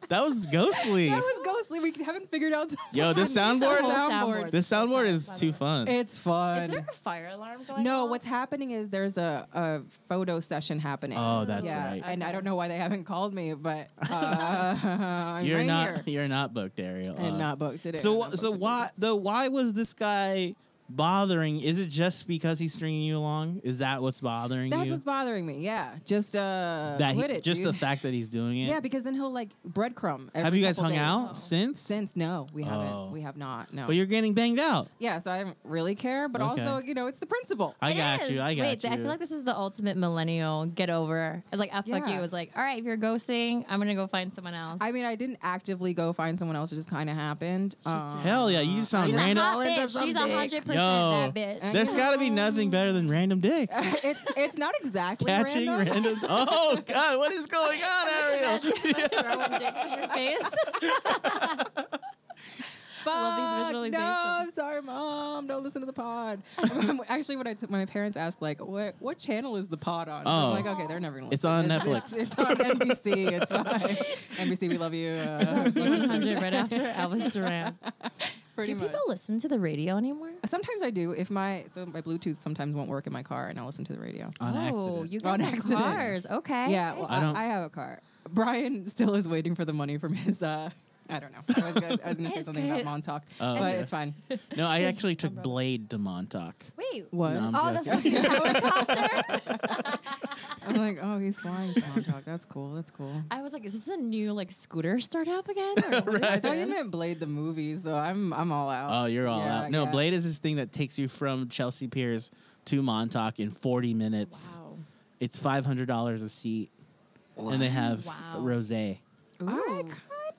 Speaker 1: That was ghostly.
Speaker 2: That was ghostly. We haven't figured out. the-
Speaker 1: Yo, this
Speaker 3: Soundboard.
Speaker 1: soundboard
Speaker 2: Soundboard.
Speaker 1: this soundboard is too fun.
Speaker 2: It's
Speaker 3: Is there
Speaker 2: fun.
Speaker 3: a fire alarm going on?
Speaker 2: No, what's happening is there's a, a photo session happening.
Speaker 1: Oh, that's
Speaker 2: yeah,
Speaker 1: right.
Speaker 2: and I don't know why they haven't called me, but uh, I'm
Speaker 1: You're
Speaker 2: right
Speaker 1: not
Speaker 2: here.
Speaker 1: you're not booked, Ariel.
Speaker 2: and
Speaker 1: Uh,
Speaker 2: not booked today.
Speaker 1: So
Speaker 2: I'm
Speaker 1: wh-
Speaker 2: not
Speaker 1: so
Speaker 2: booked
Speaker 1: why though why was this guy bothering? Is it just because he's stringing you along? Is that what's bothering
Speaker 2: today. That's
Speaker 1: you?
Speaker 2: what's bothering me. Yeah, just uh,
Speaker 1: that he-
Speaker 2: quit it,
Speaker 1: just the
Speaker 2: dude.
Speaker 1: fact that he's doing it.
Speaker 2: Yeah, because then he'll like breadcrumb.
Speaker 1: Have
Speaker 2: every
Speaker 1: you guys
Speaker 2: couple
Speaker 1: hung
Speaker 2: days.
Speaker 1: out since?
Speaker 2: Since no, we haven't.
Speaker 1: Oh.
Speaker 2: We have not. No.
Speaker 1: But you're getting banged out.
Speaker 2: yeah, so I don't really care, but
Speaker 1: Okay.
Speaker 2: also you know it's the principle.
Speaker 1: I
Speaker 3: It
Speaker 1: got
Speaker 3: is.
Speaker 1: you. I got
Speaker 3: Wait,
Speaker 1: you.
Speaker 3: I feel like this is the ultimate millennial get over. It's like, I fuck
Speaker 2: Yeah.
Speaker 3: you. It's like, all right, if you're ghosting, I'm going to go find someone else.
Speaker 2: I mean, I didn't actively go find someone else. It just kind of happened. Um,
Speaker 1: Hell yeah, you just found
Speaker 3: She's a
Speaker 1: random.
Speaker 3: hot
Speaker 2: All into
Speaker 3: bitch. She's a
Speaker 2: some
Speaker 3: hundred percent
Speaker 2: dick.
Speaker 3: that bitch.
Speaker 1: There's got to be nothing better than random dick.
Speaker 2: it's it's not exactly
Speaker 1: Catching
Speaker 2: random.
Speaker 1: random. Oh God, what is going on, Ariel?
Speaker 3: Throwing dicks in your face. Love
Speaker 2: Fuck,
Speaker 3: these visualizations.
Speaker 2: No, I'm sorry, mom. Don't listen to the pod. Um, Actually, when I t- my parents ask like, what what channel is the pod on? So
Speaker 1: Oh.
Speaker 2: I'm like, okay, they're never. Gonna
Speaker 1: It's on
Speaker 2: listen. It's,
Speaker 1: Netflix.
Speaker 2: it's on NBC. It's fine. NBC, we love you. Uh,
Speaker 3: right after Elvis Duran.
Speaker 2: pretty
Speaker 3: Do
Speaker 2: much.
Speaker 3: people listen to the radio anymore?
Speaker 2: Sometimes I do. If my so my Bluetooth sometimes won't work in my car, and I'll listen to the radio.
Speaker 1: on
Speaker 3: oh,
Speaker 1: accident.
Speaker 3: you guys
Speaker 2: On
Speaker 3: have
Speaker 2: accident.
Speaker 3: cars. Okay.
Speaker 2: yeah, well,
Speaker 1: I
Speaker 2: I,
Speaker 1: don't-
Speaker 2: I, have a car. Brian still is waiting for the money from his. Uh, I don't know. I was, gonna- I was going to say
Speaker 3: His
Speaker 2: something about
Speaker 3: kid.
Speaker 2: Montauk,
Speaker 1: Oh,
Speaker 2: but
Speaker 1: okay.
Speaker 2: it's fine.
Speaker 1: no, I actually took Blade to Montauk.
Speaker 3: Wait.
Speaker 2: What?
Speaker 1: No, I'm
Speaker 3: Oh, the
Speaker 1: joking.
Speaker 3: fucking helicopter!
Speaker 2: I'm like, oh, he's flying to Montauk. That's cool. That's cool.
Speaker 3: I was like, is this a new like scooter startup again? Or what
Speaker 2: I
Speaker 3: is
Speaker 2: thought you
Speaker 3: this?
Speaker 2: meant Blade the movie, so I'm I'm all out.
Speaker 1: Oh, you're all
Speaker 2: Yeah,
Speaker 1: out. No,
Speaker 2: yeah.
Speaker 1: Blade is this thing that takes you from Chelsea Piers to Montauk in 40 minutes.
Speaker 3: Wow.
Speaker 1: It's $500 a seat, and they have
Speaker 3: Wow.
Speaker 1: rosé.
Speaker 2: I
Speaker 3: Ooh.
Speaker 2: kind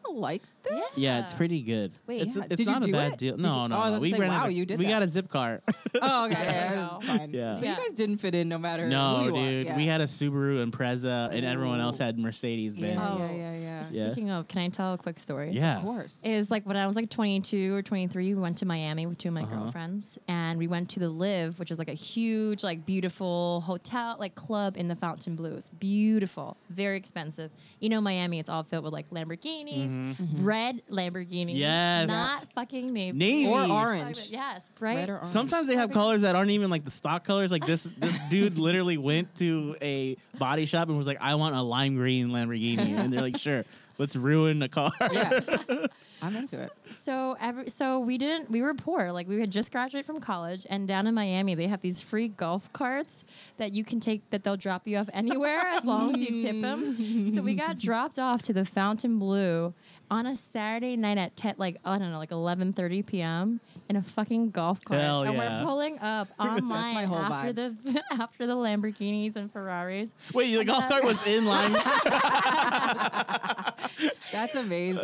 Speaker 2: of like this.
Speaker 3: Yeah.
Speaker 1: Yeah, it's pretty good.
Speaker 3: Wait,
Speaker 1: it's,
Speaker 3: yeah.
Speaker 1: it's
Speaker 2: Did you
Speaker 1: not a
Speaker 2: do
Speaker 1: bad
Speaker 2: it?
Speaker 1: deal.
Speaker 2: Did
Speaker 1: No,
Speaker 2: you-
Speaker 1: no,
Speaker 2: oh, I was
Speaker 1: no.
Speaker 2: about to say,
Speaker 1: rented
Speaker 2: wow,
Speaker 1: a-
Speaker 2: you did
Speaker 1: We
Speaker 2: that.
Speaker 1: got a zip car.
Speaker 2: Oh, okay, yeah,
Speaker 3: Wow.
Speaker 2: it's fine.
Speaker 1: Yeah.
Speaker 2: So
Speaker 3: Yeah.
Speaker 2: you guys didn't fit in, no matter. who
Speaker 1: no,
Speaker 2: you are.
Speaker 1: dude,
Speaker 2: Yeah.
Speaker 1: we had a Subaru Impreza, and everyone else
Speaker 2: Ooh.
Speaker 1: had Mercedes Benz.
Speaker 2: Yeah,
Speaker 3: Oh.
Speaker 2: yeah, yeah, yeah.
Speaker 1: Yeah.
Speaker 3: Speaking of, can I tell a quick story?
Speaker 1: Yeah.
Speaker 2: Of course.
Speaker 3: It was like when I was like 22 or 23, we went to Miami with two of my girlfriends and we went to the Live, which is like a huge, like beautiful hotel, like club in the Fountain Blue. It's beautiful, very expensive. You know, Miami, it's all filled with like Lamborghinis, red Lamborghinis.
Speaker 1: Yes.
Speaker 3: Not fucking navy.
Speaker 1: Navy.
Speaker 2: or orange.
Speaker 3: Yes, bright.
Speaker 2: Red or orange.
Speaker 1: Sometimes they have colors that aren't even like the stock colors. Like this, this dude literally went to a body shop and was like, "I want a lime green Lamborghini," and they're like, "Sure, let's ruin the car."
Speaker 2: yeah. I'm into it.
Speaker 3: So every so we didn't we were poor like we had just graduated from college and down in Miami they have these free golf carts that you can take that they'll drop you off anywhere as long as you tip them. So we got dropped off to the Fontainebleau on a Saturday night at 10, like I don't know like 11:30 p.m. in a fucking golf cart
Speaker 1: Hell
Speaker 3: and
Speaker 1: yeah.
Speaker 3: we're pulling up online
Speaker 2: my whole
Speaker 3: after the after the Lamborghinis and Ferraris.
Speaker 1: Wait, the golf cart was in lime.
Speaker 2: That's amazing.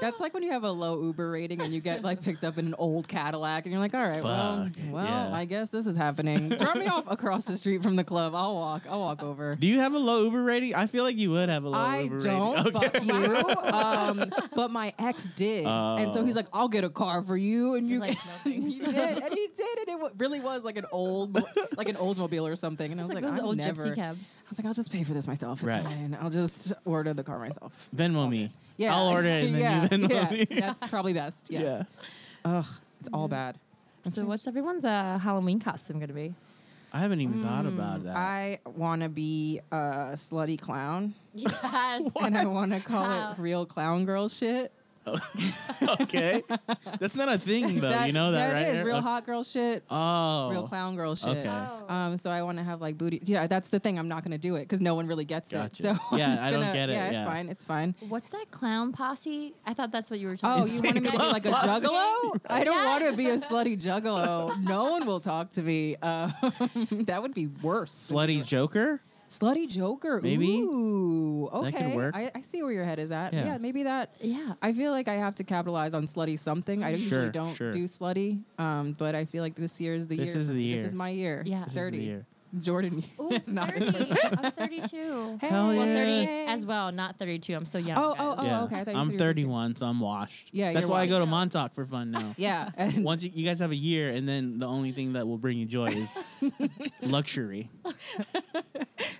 Speaker 2: That's like when you have a low Uber rating and you get like picked up in an old Cadillac and you're like, all right, well,
Speaker 1: Fuck,
Speaker 2: well,
Speaker 1: yeah.
Speaker 2: I guess this is happening. Drop me off across the street from the club. I'll walk. I'll walk over.
Speaker 1: Do you have a low Uber rating? I feel like you would have a low
Speaker 2: I
Speaker 1: Uber
Speaker 2: don't
Speaker 1: rating. Okay.
Speaker 2: fuck you, um, but my ex did, and so
Speaker 1: Oh.
Speaker 2: he's like, "I'll get a car for you," and you
Speaker 3: Like no thanks.
Speaker 2: he did, and he did, and it wa- really was like an old, like an Oldsmobile or something. And I was
Speaker 3: It's
Speaker 2: like,
Speaker 3: like those
Speaker 2: "I'm
Speaker 3: old
Speaker 2: never-
Speaker 3: gypsy cabs.
Speaker 2: I was like, "I'll just pay for this myself. It's
Speaker 1: Right.
Speaker 2: fine. I'll just order the car myself."
Speaker 1: Venmo me.
Speaker 2: Yeah,
Speaker 1: I'll order it and then
Speaker 2: yeah,
Speaker 1: you Venmo
Speaker 2: yeah.
Speaker 1: me.
Speaker 2: That's probably best. Yes.
Speaker 1: Yeah.
Speaker 2: Ugh, it's
Speaker 3: Mm-hmm.
Speaker 2: all bad.
Speaker 3: So what's everyone's uh, Halloween costume going to be?
Speaker 1: I haven't even thought about
Speaker 2: Mm,
Speaker 1: that.
Speaker 2: I want to be a slutty clown,
Speaker 3: Yes.
Speaker 2: and I want to call
Speaker 3: How?
Speaker 2: it real clown girl shit.
Speaker 1: okay, that's not a thing though. you know that, right? Uh,
Speaker 2: That is real hot girl shit.
Speaker 1: Oh,
Speaker 2: real clown girl shit.
Speaker 1: okay.
Speaker 3: Oh.
Speaker 2: Um, so I want to have like booty. Yeah, that's the thing. I'm not gonna do it because no one really gets
Speaker 1: Gotcha.
Speaker 2: it. So I'm
Speaker 1: Yeah,
Speaker 2: just
Speaker 1: I don't
Speaker 2: gonna-
Speaker 1: get it,
Speaker 2: Yeah, it's
Speaker 1: yeah.
Speaker 2: fine. It's fine.
Speaker 3: What's that clown posse? I thought that's what you were talking
Speaker 2: Oh,
Speaker 3: about.
Speaker 2: you wanted me to be like a juggalo? I don't
Speaker 3: Yeah.
Speaker 2: want to be a slutty juggalo. No one will talk to me. Uh, that would be worse.
Speaker 1: Slutty Joker.
Speaker 2: Slutty Joker.
Speaker 1: Maybe.
Speaker 2: Ooh, okay.
Speaker 1: That could work.
Speaker 2: I, I see where your head is at.
Speaker 1: Yeah.
Speaker 2: Yeah. maybe that.
Speaker 3: Yeah.
Speaker 2: I feel like I have to capitalize on slutty something. I
Speaker 1: Sure,
Speaker 2: usually don't
Speaker 1: sure.
Speaker 2: do slutty, um, but I feel like this year is the
Speaker 1: This
Speaker 2: year.
Speaker 1: is
Speaker 2: for
Speaker 1: the
Speaker 2: me. This
Speaker 1: year.
Speaker 2: is my year.
Speaker 3: Yeah. This is
Speaker 1: the
Speaker 2: thirty.
Speaker 1: year.
Speaker 2: Jordan
Speaker 3: Ooh,
Speaker 2: is not.
Speaker 3: 30. I'm 32.
Speaker 2: Hey.
Speaker 1: Hell
Speaker 3: Well,
Speaker 1: yeah.
Speaker 3: 30 as well, not 32. I'm still young.
Speaker 2: Oh,
Speaker 3: guys.
Speaker 2: oh, oh. okay. I thought you said you
Speaker 1: I'm
Speaker 2: were
Speaker 1: 31, so I'm washed.
Speaker 2: Yeah,
Speaker 1: that's
Speaker 2: you're
Speaker 1: why I go to
Speaker 3: washed.
Speaker 1: Montauk for fun now.
Speaker 2: Yeah, and
Speaker 1: Once you, you guys have a year, and then the only thing that will bring you joy is luxury,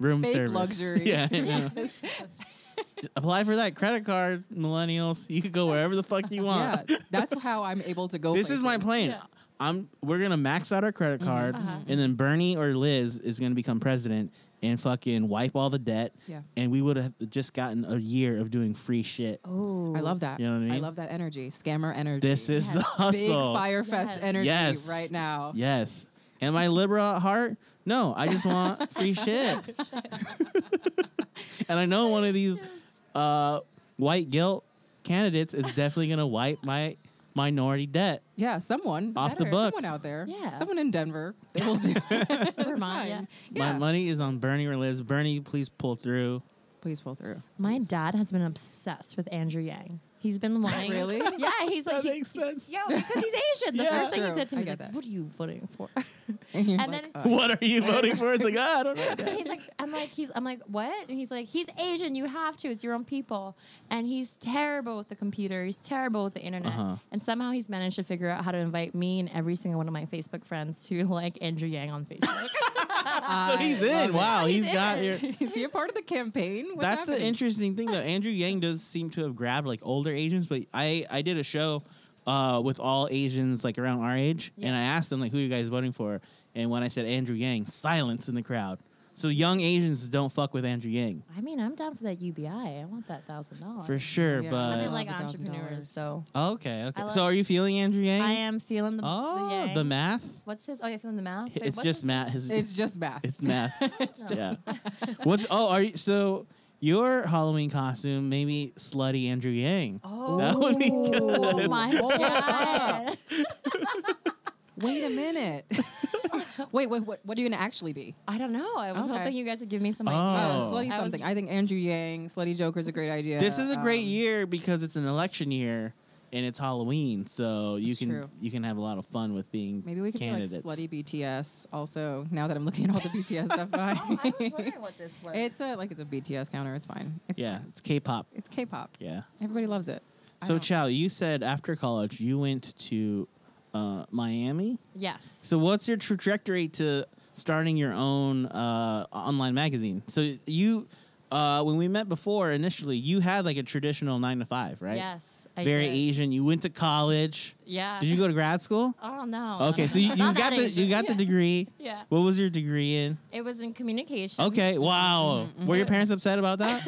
Speaker 1: room
Speaker 2: Fake
Speaker 1: service.
Speaker 2: luxury.
Speaker 1: Yeah. I know. Just Apply for that credit card, millennials. You could go wherever the fuck you want.
Speaker 2: yeah, that's how I'm able to go.
Speaker 1: This is my
Speaker 2: places.
Speaker 1: plan.
Speaker 3: Yeah.
Speaker 1: I'm. We're gonna max out our credit
Speaker 2: Mm-hmm,
Speaker 1: card, and then Bernie or Liz is gonna become president and fucking wipe all the debt.
Speaker 2: Yeah.
Speaker 1: And we would have just gotten a year of doing free shit.
Speaker 2: Oh, I love that.
Speaker 1: You know what I mean?
Speaker 2: love that energy, scammer energy.
Speaker 1: This is the
Speaker 3: Yes.
Speaker 2: big
Speaker 1: hustle.
Speaker 2: firefest
Speaker 3: Yes.
Speaker 2: energy
Speaker 1: Yes.
Speaker 2: right now.
Speaker 1: Yes. Am I liberal at heart? No, I just want free shit. and I know one of these uh, white guilt candidates is definitely going to wipe my minority debt
Speaker 2: Yeah, someone
Speaker 1: off the
Speaker 3: Better.
Speaker 1: books.
Speaker 2: someone out there.
Speaker 3: Yeah.
Speaker 2: someone in Denver. They will do.
Speaker 3: Vermont, yeah.
Speaker 2: Fine.
Speaker 1: My
Speaker 2: Yeah.
Speaker 1: money is on Bernie or Liz. Bernie, please pull through.
Speaker 2: Please pull through.
Speaker 3: My dad has been obsessed with Andrew Yang. He's been wanting.
Speaker 2: Really?
Speaker 3: Yeah, he's like.
Speaker 1: That
Speaker 3: he-
Speaker 1: makes sense.
Speaker 3: Yo, because he's Asian. The
Speaker 1: Yeah.
Speaker 3: first thing he
Speaker 2: True.
Speaker 3: said to me
Speaker 2: I
Speaker 3: was
Speaker 2: get
Speaker 3: like,
Speaker 2: that.
Speaker 3: "What are you voting for?"
Speaker 2: And, you're
Speaker 3: And
Speaker 2: like,
Speaker 3: then-
Speaker 2: uh,
Speaker 1: What are you voting for? It's like, ah, I don't know.
Speaker 3: he's like, I'm like, he's, I'm like, what? And he's like, he's Asian. You have to. It's your own people. And he's terrible with the computer. He's terrible with the internet.
Speaker 1: Uh-huh.
Speaker 3: And somehow he's managed to figure out how to invite me and every single one of my Facebook friends to like Andrew Yang on Facebook.
Speaker 1: So
Speaker 2: I
Speaker 1: he's in.
Speaker 2: love
Speaker 1: Wow, he's got
Speaker 3: in.
Speaker 1: your.
Speaker 2: it. Is he a part of the campaign? What's
Speaker 1: Oh, That's an
Speaker 2: happening?
Speaker 1: interesting thing though. Andrew Yang does seem to have grabbed like older Asians, but I I did a show uh, with all Asians like around our age, and
Speaker 3: Yeah.
Speaker 1: I asked them like, "Who are you guys voting for?" And when I said Andrew Yang, silence in the crowd. So young Asians don't fuck with Andrew Yang
Speaker 3: I mean, I'm down for that UBI. I want that thousand dollars.
Speaker 1: for sure.
Speaker 2: Yeah.
Speaker 3: But
Speaker 2: I
Speaker 3: they
Speaker 1: But Oh,
Speaker 3: like
Speaker 2: love a thousand
Speaker 3: entrepreneurs,
Speaker 2: dollars.
Speaker 3: so
Speaker 1: okay, okay.
Speaker 3: I
Speaker 1: so
Speaker 3: love-
Speaker 1: are you feeling Andrew Yang?
Speaker 3: I am feeling the the,
Speaker 1: Oh,
Speaker 3: yang.
Speaker 1: the, math.
Speaker 3: What's his? Oh, you're feeling the math. Wait,
Speaker 1: it's
Speaker 3: what's
Speaker 1: just
Speaker 3: his-
Speaker 1: math. His,
Speaker 2: It's just math.
Speaker 1: It's math. yeah. What's oh are you so your Halloween costume maybe slutty Andrew Yang.
Speaker 3: Oh,
Speaker 1: That would be
Speaker 3: Oh
Speaker 1: good.
Speaker 3: my god!
Speaker 2: Wait a minute. wait, wait, what, what are you going to actually be?
Speaker 3: I don't know. I was
Speaker 2: Okay.
Speaker 3: hoping you guys would give me some
Speaker 1: Oh.
Speaker 2: Uh,
Speaker 3: ideas.
Speaker 2: slutty
Speaker 3: I was-
Speaker 2: something. I think Andrew Yang, Slutty Joker is a great idea.
Speaker 1: This is a great
Speaker 2: Um,
Speaker 1: year because it's an election year and it's Halloween, so you
Speaker 2: That's
Speaker 1: can
Speaker 2: true.
Speaker 1: you can have a lot of fun with being
Speaker 2: Maybe we could
Speaker 1: candidates.
Speaker 2: do like slutty BTS. Also, now that I'm looking at all the BTS stuff
Speaker 3: Oh, I was
Speaker 2: behind, me.
Speaker 3: wondering what this was.
Speaker 2: it's a like it's a BTS counter. It's fine. It's
Speaker 1: Yeah,
Speaker 2: fine.
Speaker 1: it's K-pop.
Speaker 2: it's K-pop.
Speaker 1: Yeah.
Speaker 2: Everybody loves it. I
Speaker 1: So
Speaker 2: don't-
Speaker 1: Chow, you said after college you went to uh, Miami.
Speaker 3: yes.
Speaker 1: So what's your trajectory to starting your own uh, online magazine? So you, uh, when we met before initially, you had like a traditional nine to five, right?
Speaker 3: Yes. I
Speaker 1: Very
Speaker 3: did.
Speaker 1: Asian. You went to college.
Speaker 3: Yeah.
Speaker 1: Did you go to grad school?
Speaker 3: Oh no.
Speaker 1: Okay, so you, you
Speaker 3: Not
Speaker 1: got
Speaker 3: that
Speaker 1: the
Speaker 3: Asian.
Speaker 1: you got the
Speaker 3: Yeah.
Speaker 1: degree.
Speaker 3: Yeah.
Speaker 1: What was your degree in?
Speaker 3: It was in communication.
Speaker 1: Okay, wow.
Speaker 3: Mm-hmm,
Speaker 1: Were your parents upset about that?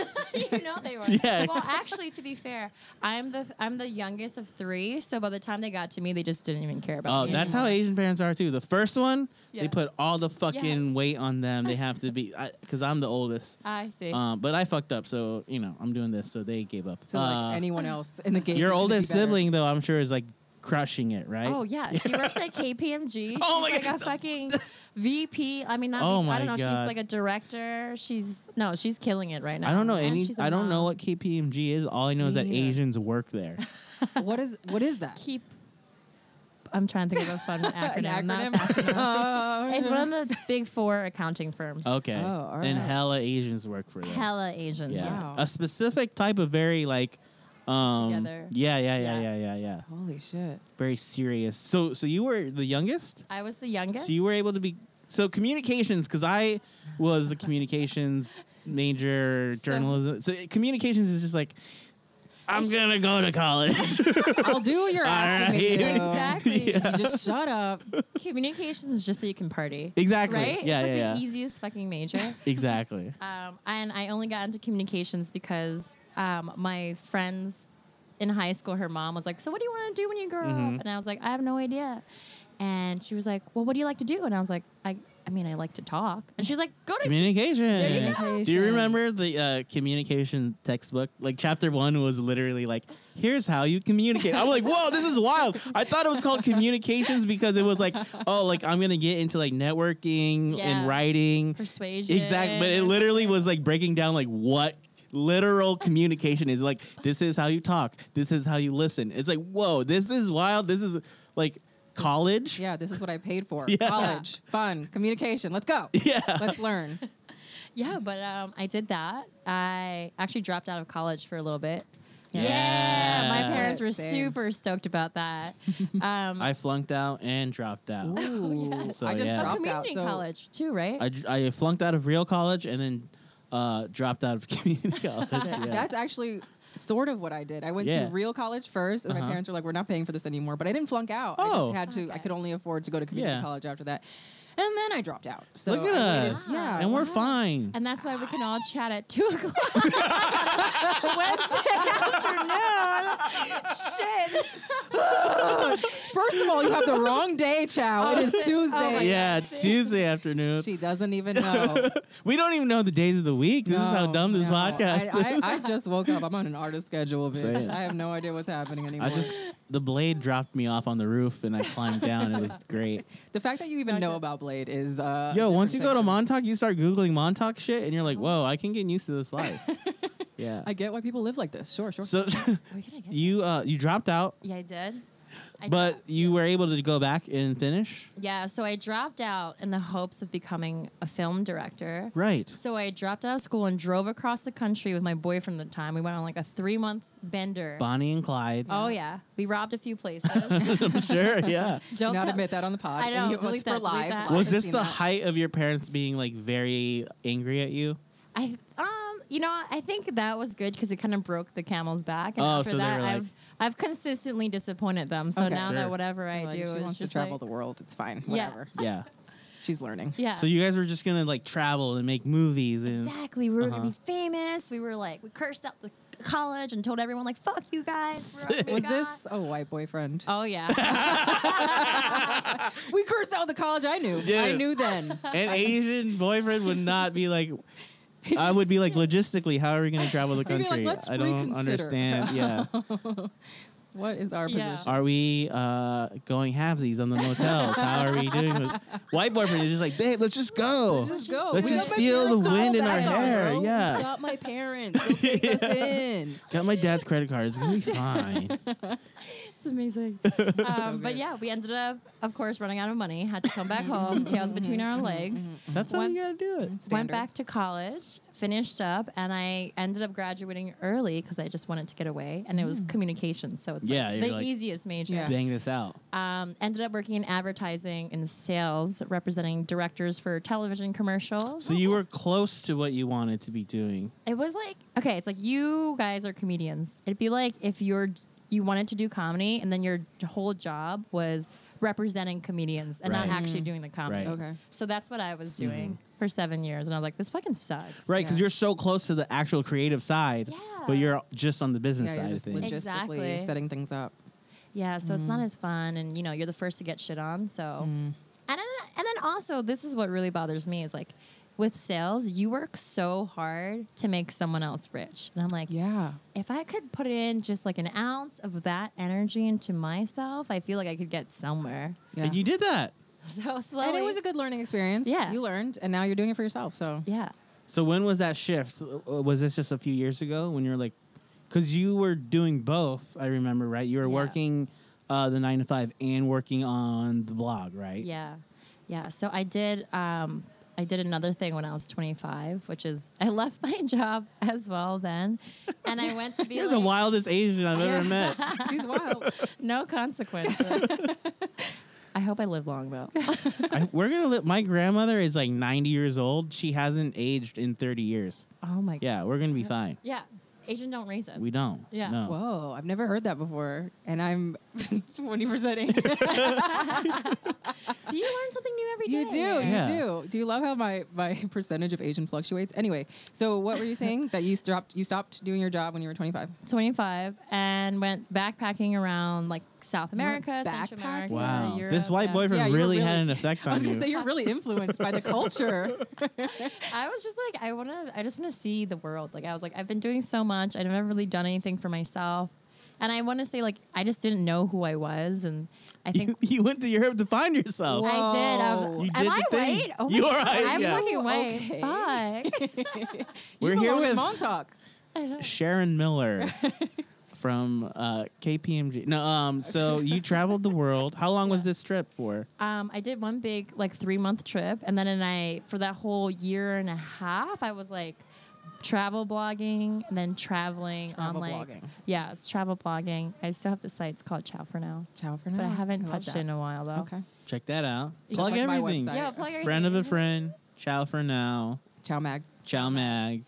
Speaker 3: you know they were.
Speaker 1: Yeah.
Speaker 3: Well, actually, to be fair, I'm the I'm the youngest of three, so by the time they got to me, they just didn't even care about
Speaker 1: Oh,
Speaker 3: me.
Speaker 1: that's how
Speaker 3: anymore.
Speaker 1: Asian parents are too. The first one, they
Speaker 3: Yeah.
Speaker 1: put all the fucking
Speaker 3: Yes.
Speaker 1: weight on them. They have to be because I'm the oldest.
Speaker 3: I see.
Speaker 1: Um, but I fucked up, so you know I'm doing this. So they gave up.
Speaker 2: So like
Speaker 1: Uh,
Speaker 2: anyone else in the game.
Speaker 1: your
Speaker 2: is gonna be
Speaker 1: oldest
Speaker 2: better.
Speaker 1: sibling, though, I'm sure is like crushing it, right?
Speaker 3: Oh yeah, she works at KPMG.
Speaker 1: Oh,
Speaker 3: she's
Speaker 1: my
Speaker 3: like a fucking VP. I mean, not
Speaker 1: Oh,
Speaker 3: VP,
Speaker 1: my
Speaker 3: I don't know.
Speaker 1: God.
Speaker 3: She's like a director. She's no, she's killing it right now.
Speaker 1: I don't know
Speaker 3: And
Speaker 1: any.
Speaker 3: she's a
Speaker 1: I don't know
Speaker 3: mom.
Speaker 1: what KPMG is. All I know is that
Speaker 2: Me neither.
Speaker 1: Asians work there.
Speaker 2: What is what is that?
Speaker 3: keep. I'm trying to think of a fun acronym. Not
Speaker 2: acronym?
Speaker 3: fast enough.
Speaker 2: Uh,
Speaker 3: it's one of the big four accounting firms.
Speaker 1: Okay,
Speaker 2: Oh, all
Speaker 1: and
Speaker 2: right.
Speaker 1: hella Asians work for them.
Speaker 3: Hella Asians.
Speaker 1: yeah,
Speaker 3: Yes.
Speaker 2: Wow.
Speaker 1: a specific type of very like. Um,
Speaker 3: Together.
Speaker 1: Yeah, yeah, yeah, yeah,
Speaker 3: Yeah.
Speaker 1: yeah, yeah.
Speaker 2: Holy shit!
Speaker 1: Very serious. So, so you were the youngest.
Speaker 3: I was the youngest.
Speaker 1: So you were able to be so communications because I was a communications major, journalism. So communications is just like I'm gonna go to college.
Speaker 2: I'll do what you're asking me to.
Speaker 1: right.
Speaker 2: do.
Speaker 3: exactly.
Speaker 2: You just shut up.
Speaker 3: Communications is just so you can party.
Speaker 1: exactly. Yeah,
Speaker 3: Right? it's like
Speaker 1: yeah,
Speaker 3: the
Speaker 1: yeah.
Speaker 3: easiest fucking major.
Speaker 1: Exactly.
Speaker 3: Um, and I only got into communications because um, my friends in high school, her mom was like, "So what do you want to do when you grow
Speaker 1: Mm-hmm.
Speaker 3: up?" And I was like, "I have no idea." And she was like, "Well, what do you like to do?" And I was like, "I, I mean, I like to talk." And she's like, "Go to."
Speaker 1: Communication.
Speaker 3: There you
Speaker 2: go.
Speaker 1: Do you remember the uh, communication textbook? Like chapter one was literally like, "Here's how you communicate." I'm like, "Whoa, this is wild!" I thought it was called communications because it was like, "Oh, like I'm gonna get into like networking
Speaker 3: Yeah.
Speaker 1: and writing."
Speaker 3: Persuasion.
Speaker 1: Exactly, but it literally was like breaking down like what literal communication is. Like this is how you talk. This is how you listen. It's like whoa, this is wild. This is like college.
Speaker 2: Yeah, this is what I paid for.
Speaker 1: Yeah.
Speaker 2: College, fun, communication. Let's go.
Speaker 1: Yeah.
Speaker 2: Let's learn.
Speaker 3: Yeah, but um, I did that. I actually dropped out of college for a little bit.
Speaker 1: Yeah.
Speaker 3: Yeah, my parents were
Speaker 2: Same.
Speaker 3: super stoked about that. Um,
Speaker 1: I flunked out and dropped out.
Speaker 2: Ooh,
Speaker 1: So,
Speaker 2: I just
Speaker 1: yeah.
Speaker 2: dropped out.
Speaker 3: Oh, community
Speaker 2: So
Speaker 3: college too, right?
Speaker 1: I, I flunked out of real college and then uh, dropped out of community college. Yeah.
Speaker 2: that's actually sort of what I did. I went
Speaker 1: Yeah.
Speaker 2: to real college first, and
Speaker 1: Uh-huh.
Speaker 2: my parents were like, "We're not paying for this anymore." But I didn't flunk out. I
Speaker 1: Oh.
Speaker 2: just had to. I
Speaker 3: Okay.
Speaker 2: could only afford to go to community
Speaker 1: Yeah.
Speaker 2: college after that, and then I dropped out. So
Speaker 1: Look at
Speaker 2: I waited-
Speaker 1: us.
Speaker 2: Yeah,
Speaker 1: and we're fine.
Speaker 3: And that's why we can all chat at two o'clock Wednesday afternoon. Shit.
Speaker 2: First of all, you have the wrong day, Chow. it is
Speaker 3: Oh, my
Speaker 2: Tuesday.
Speaker 1: yeah, it's Tuesday afternoon.
Speaker 2: She doesn't even know.
Speaker 1: we don't even know the days of the week. This is how
Speaker 2: No,
Speaker 1: dumb this
Speaker 2: no.
Speaker 1: podcast is.
Speaker 2: I, I, I just woke up. I'm on an artist schedule,
Speaker 1: Same.
Speaker 2: bitch. I have no idea what's happening anymore.
Speaker 1: I just the blade dropped me off on the roof and I climbed down. It was great.
Speaker 2: the fact that you even know about Blade is uh,
Speaker 1: Yo,
Speaker 2: a
Speaker 1: once you
Speaker 2: different
Speaker 1: go to
Speaker 2: thing.
Speaker 1: Montauk, you start googling Montauk shit, and you're like, "Whoa, I can get used to this life." Yeah.
Speaker 2: I get why people live like this. Sure, sure.
Speaker 1: so
Speaker 3: Where did I get
Speaker 1: you uh, you dropped out,
Speaker 3: that? Yeah, I did. I
Speaker 1: but
Speaker 3: dro-
Speaker 1: you were able to go back and finish.
Speaker 3: yeah, so I dropped out in the hopes of becoming a film director.
Speaker 1: Right.
Speaker 3: So I dropped out of school and drove across the country with my boyfriend at the time. We went on like a three month bender.
Speaker 1: Bonnie and Clyde.
Speaker 3: Oh yeah, we robbed a few places.
Speaker 1: I'm sure. Yeah.
Speaker 2: Do
Speaker 3: Don't
Speaker 2: not
Speaker 3: tell-
Speaker 2: admit that on the pod.
Speaker 3: I know,
Speaker 2: And you-
Speaker 3: delete
Speaker 2: it's for
Speaker 3: that, delete
Speaker 2: live.
Speaker 3: that.
Speaker 2: live
Speaker 1: Was
Speaker 2: has
Speaker 1: this
Speaker 2: seen
Speaker 1: the
Speaker 2: that.
Speaker 1: height of your parents being like very angry at you?
Speaker 3: I um, you know, I think that was good because it kind of broke the camel's back. And
Speaker 1: Oh,
Speaker 3: after
Speaker 1: so they
Speaker 3: that,
Speaker 1: were like-
Speaker 3: I've I've consistently disappointed them. So
Speaker 2: Okay.
Speaker 3: now
Speaker 1: Sure.
Speaker 3: that whatever
Speaker 2: So,
Speaker 3: I
Speaker 2: like,
Speaker 3: do
Speaker 2: She
Speaker 3: is
Speaker 2: wants to
Speaker 3: just
Speaker 2: travel
Speaker 3: like,
Speaker 2: the world. It's fine.
Speaker 3: Yeah.
Speaker 2: Whatever.
Speaker 1: Yeah.
Speaker 2: She's learning.
Speaker 3: yeah.
Speaker 1: So you guys were just gonna like travel and make movies and
Speaker 3: exactly, we were
Speaker 1: Uh-huh.
Speaker 3: gonna be famous. We were like, we cursed out the college and told everyone like, "Fuck you guys." We're- we
Speaker 2: Was
Speaker 3: got-
Speaker 2: this a white boyfriend?
Speaker 3: Oh yeah,
Speaker 2: We cursed out the college I knew. I
Speaker 1: Dude.
Speaker 2: knew then.
Speaker 1: an Asian boyfriend would not be like. I would be like logistically, how are we going to travel the
Speaker 2: They'd be like,
Speaker 1: country?
Speaker 2: "Let's
Speaker 1: I don't
Speaker 2: reconsider."
Speaker 1: understand. Yeah,
Speaker 2: What is our
Speaker 3: Yeah.
Speaker 2: position?
Speaker 1: are we uh, going halvesies on the motels? How are we doing? With... White boyfriend is just like, babe, let's just go.
Speaker 2: Let's go.
Speaker 1: Let's
Speaker 2: We
Speaker 1: just
Speaker 2: got my
Speaker 1: feel
Speaker 2: parents
Speaker 1: the
Speaker 2: to
Speaker 1: wind
Speaker 2: hold
Speaker 1: in our
Speaker 2: back on,
Speaker 1: hair.
Speaker 2: bro.
Speaker 1: Yeah.
Speaker 2: We got my parents. They'll take us in.
Speaker 1: Got my dad's credit card. It's gonna be fine.
Speaker 3: it's amazing. Um, but
Speaker 2: good.
Speaker 3: yeah, we ended up, of course, running out of money. Had to come back home, tails between our legs.
Speaker 1: That's how
Speaker 3: One-
Speaker 1: you gotta do it.
Speaker 2: Standard.
Speaker 3: Went back to college, finished up, and I ended up graduating early because I just wanted to get away. And it was communications, so it's
Speaker 1: Yeah,
Speaker 3: like
Speaker 1: you're
Speaker 3: the
Speaker 1: like-
Speaker 3: easiest major.
Speaker 2: Yeah.
Speaker 1: Bang this out.
Speaker 3: Um, ended up working in advertising and sales, representing directors for television commercials.
Speaker 1: So you were close to what you wanted to be doing.
Speaker 3: it was like okay, it's like you guys are comedians. It'd be like if you're you wanted to do comedy, and then your whole job was representing comedians and
Speaker 1: Right.
Speaker 3: not actually doing the comedy.
Speaker 1: Right. Mm-hmm.
Speaker 2: Okay.
Speaker 3: So that's what I was doing for seven years, and I was like, this fucking sucks.
Speaker 1: Right, because
Speaker 2: Yeah.
Speaker 1: you're so close to the actual creative side, but
Speaker 3: Yeah.
Speaker 1: you're just on the business
Speaker 2: Yeah, you're
Speaker 1: side of things.
Speaker 2: just logistically
Speaker 3: Exactly.
Speaker 2: setting things up.
Speaker 3: Yeah, so it's not as fun, and you know you're the first to get shit on. So, and then, and then also this is what really bothers me is like with sales, you work so hard to make someone else rich, and I'm like,
Speaker 2: Yeah.
Speaker 3: if I could put in just like an ounce of that energy into myself, I feel like I could get somewhere.
Speaker 2: yeah.
Speaker 1: And you did that.
Speaker 3: So slowly,
Speaker 2: and it was a good learning experience.
Speaker 3: Yeah.
Speaker 2: You learned, and now you're doing it for yourself. So
Speaker 3: yeah.
Speaker 1: So when was that shift? Uh, Was this just a few years ago when you're like, because you were doing both? I remember, right? You were
Speaker 3: Yeah.
Speaker 1: working uh, the nine to five and working on the blog, right?
Speaker 3: Yeah, yeah. So I did. Um, I did another thing when I was 25, which is I left my job as well then, and I went to be
Speaker 1: You're
Speaker 3: like,
Speaker 1: the wildest Asian I've ever met.
Speaker 2: she's wild.
Speaker 3: no consequences. I hope I live long though.
Speaker 1: I, we're gonna. Li- my grandmother is like 90 years old. She hasn't aged in 30 years.
Speaker 3: Oh my god.
Speaker 1: Yeah, we're gonna be fine.
Speaker 3: Yeah. Asian don't raise it.
Speaker 1: We don't.
Speaker 3: Yeah.
Speaker 1: No.
Speaker 2: Whoa, I've never heard that before, and I'm 20% Asian.
Speaker 3: so you learn something new every day.
Speaker 2: you do,
Speaker 1: Yeah.
Speaker 2: you do. Do you love how my my percentage of Asian fluctuates? Anyway, so what were you saying that you stopped you stopped doing your job when you were 25?
Speaker 3: 25 and went backpacking around like South America, Central
Speaker 2: backpacking?
Speaker 3: America,
Speaker 1: Wow.
Speaker 3: Europe,
Speaker 1: this white
Speaker 3: yeah.
Speaker 1: boyfriend
Speaker 2: Yeah, you were
Speaker 1: really, had
Speaker 2: really-
Speaker 1: an effect
Speaker 2: I was
Speaker 1: on
Speaker 2: gonna
Speaker 1: you.
Speaker 2: say you're really influenced by the culture.
Speaker 3: I was just like, I want to, I just want to see the world. Like, I was like, I've been doing so much. I've never really done anything for myself. And I want to say, like, I just didn't know who I was. And I think
Speaker 1: you, you went to Europe to find yourself.
Speaker 2: Wha-
Speaker 3: I did. Um,
Speaker 2: Whoa.
Speaker 1: You did
Speaker 3: am I
Speaker 1: the thing.
Speaker 3: white? Oh my
Speaker 1: You
Speaker 3: God,
Speaker 1: are right,
Speaker 3: I'm
Speaker 1: yeah.
Speaker 3: fucking
Speaker 2: Ooh, okay.
Speaker 3: white. Fuck.
Speaker 1: We're
Speaker 2: You
Speaker 1: here
Speaker 2: belong in
Speaker 1: with
Speaker 2: Montauk.
Speaker 1: Sharon Miller from uh, KPMG. No, um, so you traveled the world. How long was this trip for?
Speaker 3: Um, I did one big like three month trip, and then and I for that whole year and a half, I was like travel blogging and then traveling
Speaker 2: Travel
Speaker 3: on like
Speaker 2: blogging.
Speaker 3: yeah, it's travel blogging. I still have the site; it's called Chow for now,
Speaker 2: Ciao for now.
Speaker 3: but I haven't
Speaker 2: Oh, love
Speaker 3: touched
Speaker 2: that.
Speaker 3: it in a while though.
Speaker 2: Okay.
Speaker 1: Check that out.
Speaker 2: Just
Speaker 1: Plug
Speaker 2: like my
Speaker 1: everything.
Speaker 2: website.
Speaker 3: Yeah, plug everything.
Speaker 1: Friend of a friend. Chow for now.
Speaker 2: Ciao mag.
Speaker 1: Chow mag.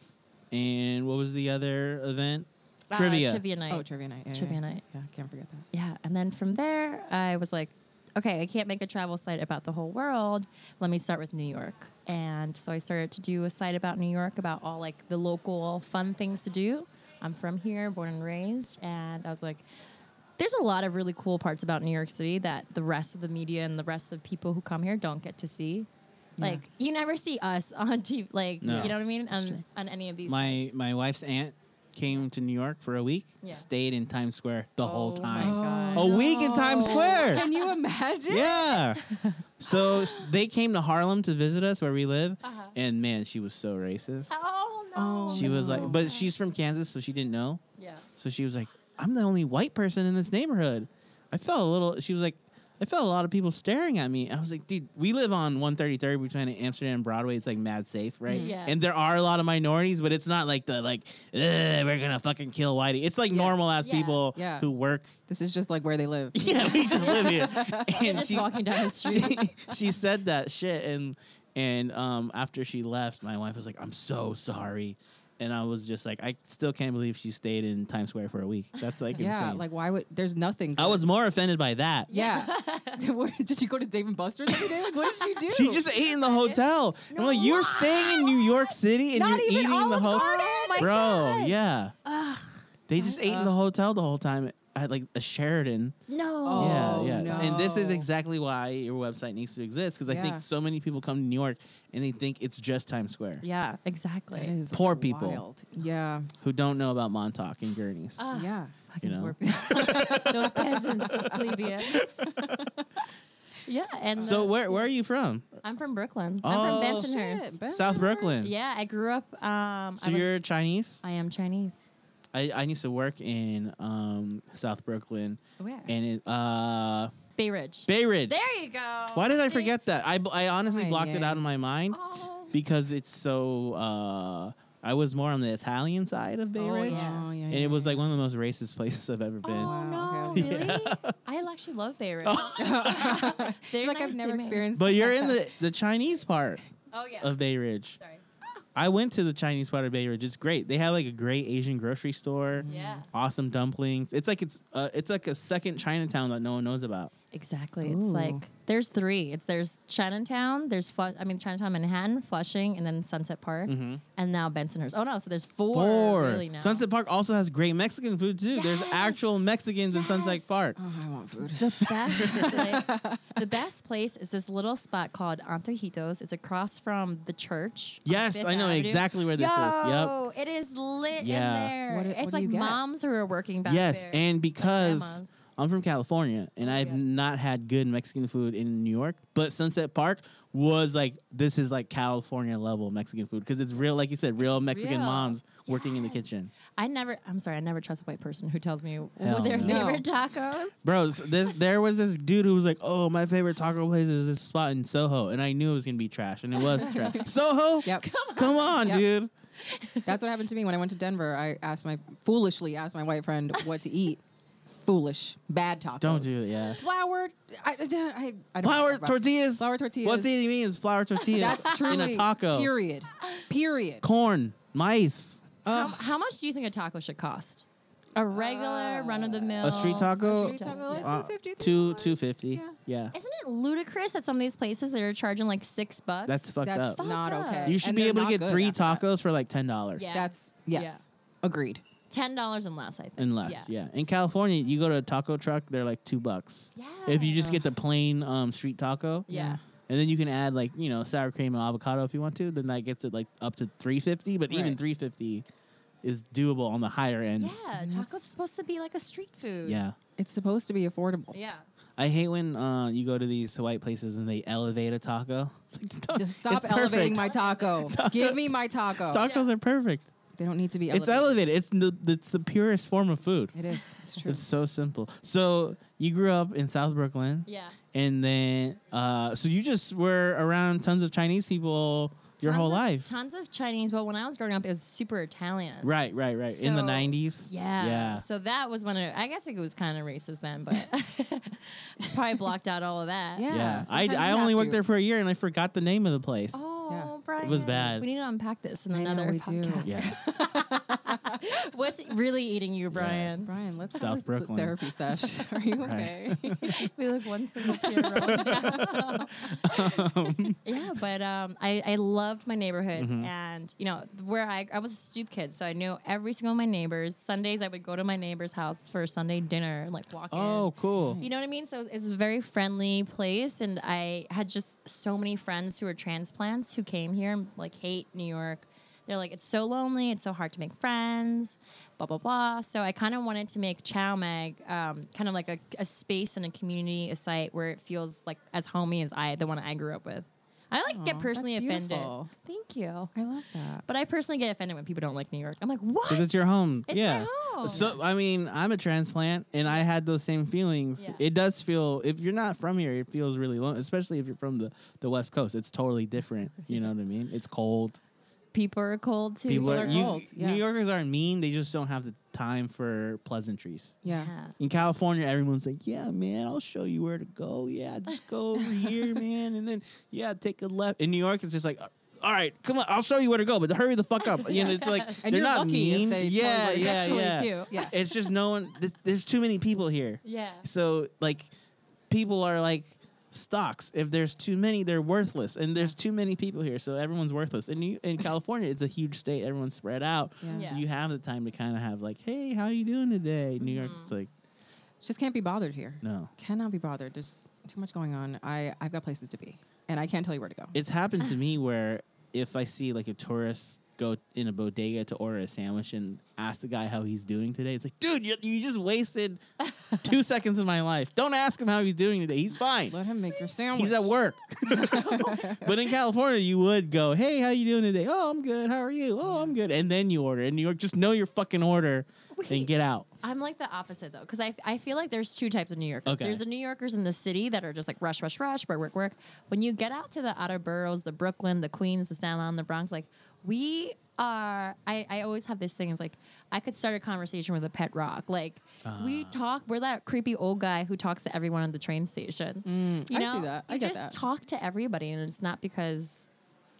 Speaker 1: And what was the other event?
Speaker 3: Uh,
Speaker 1: trivia.
Speaker 3: trivia night.
Speaker 2: Oh, trivia night. Yeah, yeah,
Speaker 3: Trivia
Speaker 2: yeah.
Speaker 3: night.
Speaker 2: Yeah, can't forget that.
Speaker 3: yeah, and then from there, I was like, okay, I can't make a travel site about the whole world. Let me start with New York. And so I started to do a site about New York, about all like the local fun things to do. I'm from here, born and raised, and I was like, there's a lot of really cool parts about New York City that the rest of the media and the rest of people who come here don't get to see. Like you never see us on TV, like
Speaker 1: No.
Speaker 3: you know what I mean,
Speaker 2: true.
Speaker 3: on, on any of these.
Speaker 1: My my wife's aunt came to New York for a week,
Speaker 3: Yeah.
Speaker 1: stayed in Times Square the whole
Speaker 3: Oh my
Speaker 1: time.
Speaker 3: God.
Speaker 1: A week in Times Square.
Speaker 2: Can you imagine?
Speaker 1: Yeah. So s- they came to Harlem to visit us where we live,
Speaker 3: Uh-huh.
Speaker 1: and man, she was so racist.
Speaker 3: Oh no!
Speaker 2: Oh,
Speaker 1: She was like, but she's from Kansas, so she didn't know.
Speaker 3: yeah.
Speaker 1: So she was like, I'm the only white person in this neighborhood. I felt a little, she was like, I felt a lot of people staring at me. I was like, dude, we live on 133rd between Amsterdam and Broadway. It's like mad safe, right?
Speaker 3: Mhm. Yeah.
Speaker 1: And there are a lot of minorities, but it's not like the, like, "Ugh, we're going to fucking kill whitey. It's like
Speaker 2: Yeah.
Speaker 1: normal ass
Speaker 3: Yeah.
Speaker 1: people
Speaker 2: Yeah.
Speaker 1: who work.
Speaker 2: this is just like where they live.
Speaker 1: Yeah, we just live here. And
Speaker 3: Just
Speaker 1: she,
Speaker 3: walking down the street.
Speaker 1: she, she said that shit and and um after she left my wife was like i'm so sorry and i was just like i still can't believe she stayed in times square for a week that's like
Speaker 2: Yeah,
Speaker 1: insane
Speaker 2: like why would there's nothing?
Speaker 1: i
Speaker 2: good.
Speaker 1: was more offended by that
Speaker 2: Yeah. Where- did you go to Dave and Buster's every day? Like, what did she do?
Speaker 1: she just ate in the hotel and i'm like you're staying in new york city and
Speaker 2: Not
Speaker 1: you're eating
Speaker 2: even
Speaker 1: in the
Speaker 2: Olive
Speaker 1: hotel
Speaker 2: Garden? Oh my
Speaker 1: bro yeah they just ate in the hotel the whole time at like a sheraton
Speaker 3: No.
Speaker 2: Oh.
Speaker 1: yeah, yeah. And this is
Speaker 2: no.
Speaker 1: exactly why your website needs to exist because I
Speaker 2: Yeah.
Speaker 1: think so many people come to New York and they think it's just Times Square
Speaker 3: Yeah,
Speaker 2: That
Speaker 3: exactly.
Speaker 2: is
Speaker 1: Poor people.
Speaker 2: wild. Yeah.
Speaker 1: who don't know about Montauk and Gurney's.
Speaker 3: Ah,
Speaker 2: Yeah.
Speaker 3: fucking
Speaker 1: You know?
Speaker 3: poor people. Those peasants, plebeians. yeah, and
Speaker 1: so
Speaker 3: the-
Speaker 1: where where are you from?
Speaker 3: I'm from Brooklyn.
Speaker 1: Oh,
Speaker 3: I'm from Bensonhurst.
Speaker 2: Shit, Ben-
Speaker 1: South Brooklyn.
Speaker 3: Yeah, I grew up. Um,
Speaker 1: So
Speaker 3: I, was-
Speaker 1: you're Chinese.
Speaker 3: I am Chinese.
Speaker 1: I, I used to work in um, South Brooklyn
Speaker 3: Where?
Speaker 1: and it, uh,
Speaker 3: Bay Ridge.
Speaker 1: Bay Ridge.
Speaker 3: there you go.
Speaker 1: Why did I
Speaker 3: See?
Speaker 1: forget that? I, b- I honestly
Speaker 2: Ay,
Speaker 1: blocked it
Speaker 2: ay.
Speaker 1: out of my mind
Speaker 3: Oh.
Speaker 1: because it's so. Uh, I was more on the Italian side of Bay
Speaker 3: Oh,
Speaker 1: Ridge.
Speaker 3: yeah.
Speaker 2: Oh, yeah,
Speaker 1: And
Speaker 2: yeah,
Speaker 1: it was
Speaker 2: yeah.
Speaker 1: like one of the most racist places I've ever
Speaker 3: Oh
Speaker 1: been.
Speaker 3: no,
Speaker 2: okay,
Speaker 3: really? I actually love Bay Ridge. They're
Speaker 2: like
Speaker 3: nice
Speaker 2: I've
Speaker 3: to
Speaker 2: never
Speaker 3: me.
Speaker 2: experienced.
Speaker 1: But you're in the, the Chinese part
Speaker 3: Oh yeah.
Speaker 1: of Bay Ridge.
Speaker 3: Sorry.
Speaker 1: I went to the Chinese part of Bay Ridge. It's great. They have like a great Asian grocery store.
Speaker 3: Mm. Yeah.
Speaker 1: Awesome dumplings. It's like it's uh, it's like a second Chinatown that no one knows about.
Speaker 3: Exactly.
Speaker 2: Ooh.
Speaker 3: It's like there's three. It's there's Chinatown. There's Flu- I mean Chinatown, Manhattan, Flushing, and then Sunset Park, and now Bensonhurst. Oh no, so there's four. Really now.
Speaker 1: Mm-hmm. Sunset Park also has great Mexican food too. There's
Speaker 3: Yes.
Speaker 1: actual Mexicans in Sunset
Speaker 3: Yes.
Speaker 1: Park.
Speaker 2: Oh, I want food.
Speaker 3: The best, pla- the best place is this little spot called Antojitos. It's across from the church. on
Speaker 1: Yes,
Speaker 3: Fifth
Speaker 1: I know
Speaker 3: Avenue.
Speaker 1: exactly where this is. Yep.
Speaker 3: Yo, it is lit
Speaker 1: Yeah.
Speaker 3: in there.
Speaker 2: What do-
Speaker 3: it's
Speaker 2: what do
Speaker 3: like
Speaker 2: you get?
Speaker 3: moms who are working back
Speaker 1: Yes,
Speaker 3: there.
Speaker 1: and because
Speaker 3: grandmas.
Speaker 1: I'm from California and I've
Speaker 3: yeah.
Speaker 1: not had good Mexican food in New York, but Sunset Park was like this is like California level Mexican food because it's real, like you said, real Mexican
Speaker 3: real.
Speaker 1: moms working in the
Speaker 3: Yes.
Speaker 1: kitchen.
Speaker 3: I never. I'm sorry. I never trust a white person who tells me
Speaker 1: Hell
Speaker 3: what their
Speaker 1: no.
Speaker 3: favorite tacos.
Speaker 1: Bro, so this, there was this dude who was like, "Oh, my favorite taco place is this spot in Soho," and I knew it was gonna be trash, and it was trash. Soho,
Speaker 2: Yep.
Speaker 1: come on, dude.
Speaker 2: That's what happened to me when I went to Denver. I asked my foolishly asked my white friend what to eat. Foolish, bad tacos.
Speaker 1: Don't do it. Yeah,
Speaker 2: Flour. I, I, I don't
Speaker 1: flour
Speaker 2: know about-
Speaker 1: tortillas.
Speaker 2: Flour tortillas.
Speaker 1: What's eating me is flour tortillas
Speaker 2: That's truly
Speaker 1: in a taco.
Speaker 2: Period. Period.
Speaker 1: Corn, mice,
Speaker 3: How, how much do you think a taco should cost? A regular run of the mill.
Speaker 1: a street taco,
Speaker 2: Uh, Street taco, like
Speaker 1: uh,
Speaker 2: 250,
Speaker 1: two
Speaker 2: $3.
Speaker 1: two fifty.
Speaker 2: Yeah.
Speaker 1: Yeah.
Speaker 3: Isn't it ludicrous that some of these places that are charging like six bucks?
Speaker 1: that's fucked
Speaker 2: That's
Speaker 1: up.
Speaker 3: Fucked
Speaker 2: not
Speaker 3: up.
Speaker 2: okay.
Speaker 1: You should
Speaker 2: And
Speaker 1: be
Speaker 2: they're
Speaker 1: able
Speaker 2: not
Speaker 1: to get
Speaker 2: good
Speaker 1: three
Speaker 2: after that.
Speaker 1: tacos for like ten dollars.
Speaker 3: Yeah.
Speaker 2: That's yes. Agreed.
Speaker 3: ten dollars and less. I think.
Speaker 1: And less, yeah. In California, you go to a taco truck, they're like two bucks. If you just
Speaker 3: Yeah.
Speaker 1: get the plain um, street taco,
Speaker 3: Yeah.
Speaker 1: and then you can add like you know sour cream and avocado if you want to. Then that gets it like up to three fifty. But even
Speaker 2: Right.
Speaker 1: three fifty is doable on the higher end.
Speaker 3: Yeah, tacos
Speaker 2: that's-
Speaker 3: are supposed to be like a street food.
Speaker 1: Yeah.
Speaker 2: It's supposed to be affordable.
Speaker 3: Yeah.
Speaker 1: I hate when uh, you go to these Hawaii places and they elevate a taco. Like, don't-
Speaker 2: Just stop
Speaker 1: it's perfect.
Speaker 2: elevating my taco. Give me my taco.
Speaker 1: Tacos are perfect.
Speaker 2: Oh, They don't need to be
Speaker 1: It's elevated. It's the it's the purest form of food.
Speaker 2: It is. It's true.
Speaker 1: It's so simple. So you grew up in South Brooklyn,
Speaker 3: Yeah.
Speaker 1: and then uh, so you just were around tons of Chinese people your
Speaker 3: Tons
Speaker 1: whole
Speaker 3: of-
Speaker 1: life.
Speaker 3: Tons of Chinese. Well, when I was growing up, it was super Italian.
Speaker 1: Right, right, right. in the
Speaker 3: So-
Speaker 1: nineties.
Speaker 3: Yeah.
Speaker 1: Yeah.
Speaker 3: So that was one of. I guess it was kind of racist then, but probably blocked out all of that.
Speaker 2: Yeah.
Speaker 1: Yeah. I,
Speaker 2: sometimes
Speaker 1: I
Speaker 2: you
Speaker 1: only
Speaker 2: have
Speaker 1: worked
Speaker 2: to.
Speaker 1: there for a year and I forgot the name of the place.
Speaker 3: Oh,
Speaker 2: Yeah.
Speaker 3: Brian.
Speaker 1: It was bad.
Speaker 3: We need to unpack this in
Speaker 2: I know,
Speaker 3: another
Speaker 2: we do.
Speaker 3: podcast.
Speaker 1: Yeah.
Speaker 3: What's really eating you, Brian?
Speaker 2: Brian, let's
Speaker 1: South
Speaker 2: have a
Speaker 1: Brooklyn.
Speaker 2: therapy sesh. Are you okay?
Speaker 3: we look one single tear rolling down. yeah, but um, I, I loved my neighborhood, and you know where I I was a stoop kid, so I knew every single one of my neighbors. Sundays I would go to my neighbor's house for Sunday dinner, and, like walk
Speaker 1: Oh, cool.
Speaker 3: in. You know what I mean? So it was a very friendly place, and I had just so many friends who were transplants who came here and like hate New York. They're like, it's so lonely, it's so hard to make friends, blah, blah, blah. So I kind of wanted to make Chow Mag um, kind of like a, a space and a community, a site where it feels like as homey as I, the one I grew up with. I like
Speaker 2: Aw,
Speaker 3: get personally
Speaker 2: that's
Speaker 3: offended.
Speaker 2: beautiful.
Speaker 3: Thank thank you.
Speaker 2: I love that.
Speaker 3: But I personally get offended when people don't like New York. I'm like, what?
Speaker 1: Because it's your home.
Speaker 3: It's my
Speaker 1: yeah.
Speaker 3: home.
Speaker 1: So I mean, I'm a transplant, and I had those same feelings.
Speaker 3: Yeah.
Speaker 1: It does feel if you're not from here, it feels really lonely, especially if you're from the the West Coast. It's totally different. You know what I mean? It's cold.
Speaker 3: people are cold too.
Speaker 1: People, are,
Speaker 2: are
Speaker 1: you,
Speaker 2: cold, yeah.
Speaker 1: New Yorkers aren't mean. They just don't have the time for pleasantries.
Speaker 2: Yeah.
Speaker 1: In California, everyone's like, "Yeah, man, I'll show you where to go. Yeah, just go over here, man, and then yeah, take a left." In New York, it's just like, "All right, come on, I'll show you where to go, but hurry the fuck up." You know, it's like
Speaker 2: And
Speaker 1: they're
Speaker 2: you're
Speaker 1: not
Speaker 2: lucky if
Speaker 1: mean.
Speaker 2: they tell you
Speaker 1: yeah,
Speaker 2: where to go.
Speaker 1: yeah,
Speaker 3: Actually,
Speaker 1: yeah.
Speaker 3: too.
Speaker 2: Yeah.
Speaker 1: It's just no one. Th- there's too many people here,
Speaker 3: Yeah.
Speaker 1: so like, people are like stocks. If there's too many, they're worthless, and there's too many people here, so everyone's worthless. And you, in California, it's a huge state. Everyone's spread out,
Speaker 2: Yeah.
Speaker 1: so
Speaker 3: Yeah.
Speaker 1: you have the time to kind of have like, "Hey, how you doing today?" New York, it's like.
Speaker 2: Just can't be bothered here.
Speaker 1: No.
Speaker 2: Cannot be bothered. There's too much going on. I, I've got places to be. And I can't tell you where to go.
Speaker 1: It's happened to me where if I see like a tourist go in a bodega to order a sandwich and ask the guy how he's doing today, it's like, dude, you, you just wasted two seconds of my life. Don't ask him how he's doing today. He's fine.
Speaker 2: Let him make your sandwich.
Speaker 1: He's at work. but in California, you would go, hey, how you doing today? Oh, I'm good. How are you? Oh, I'm good. And then you order. In New York, just know your fucking order and
Speaker 3: Wait.
Speaker 1: get out.
Speaker 3: I'm like the opposite though, because I, I feel like there's two types of New Yorkers.
Speaker 1: Okay.
Speaker 3: There's the New Yorkers in the city that are just like rush, rush, rush, work, work, work. When you get out to the outer boroughs, the Brooklyn, the Queens, the Staten Island, the Bronx, like we are. I, I always have this thing. It's like I could start a conversation with a pet rock. Like we
Speaker 2: Ah.
Speaker 3: talk. We're that creepy old guy who talks to everyone at the train station.
Speaker 2: Mm,
Speaker 3: you
Speaker 2: I
Speaker 3: know,
Speaker 2: see that. I
Speaker 3: you
Speaker 2: get that.
Speaker 3: just talk to everybody, and it's not because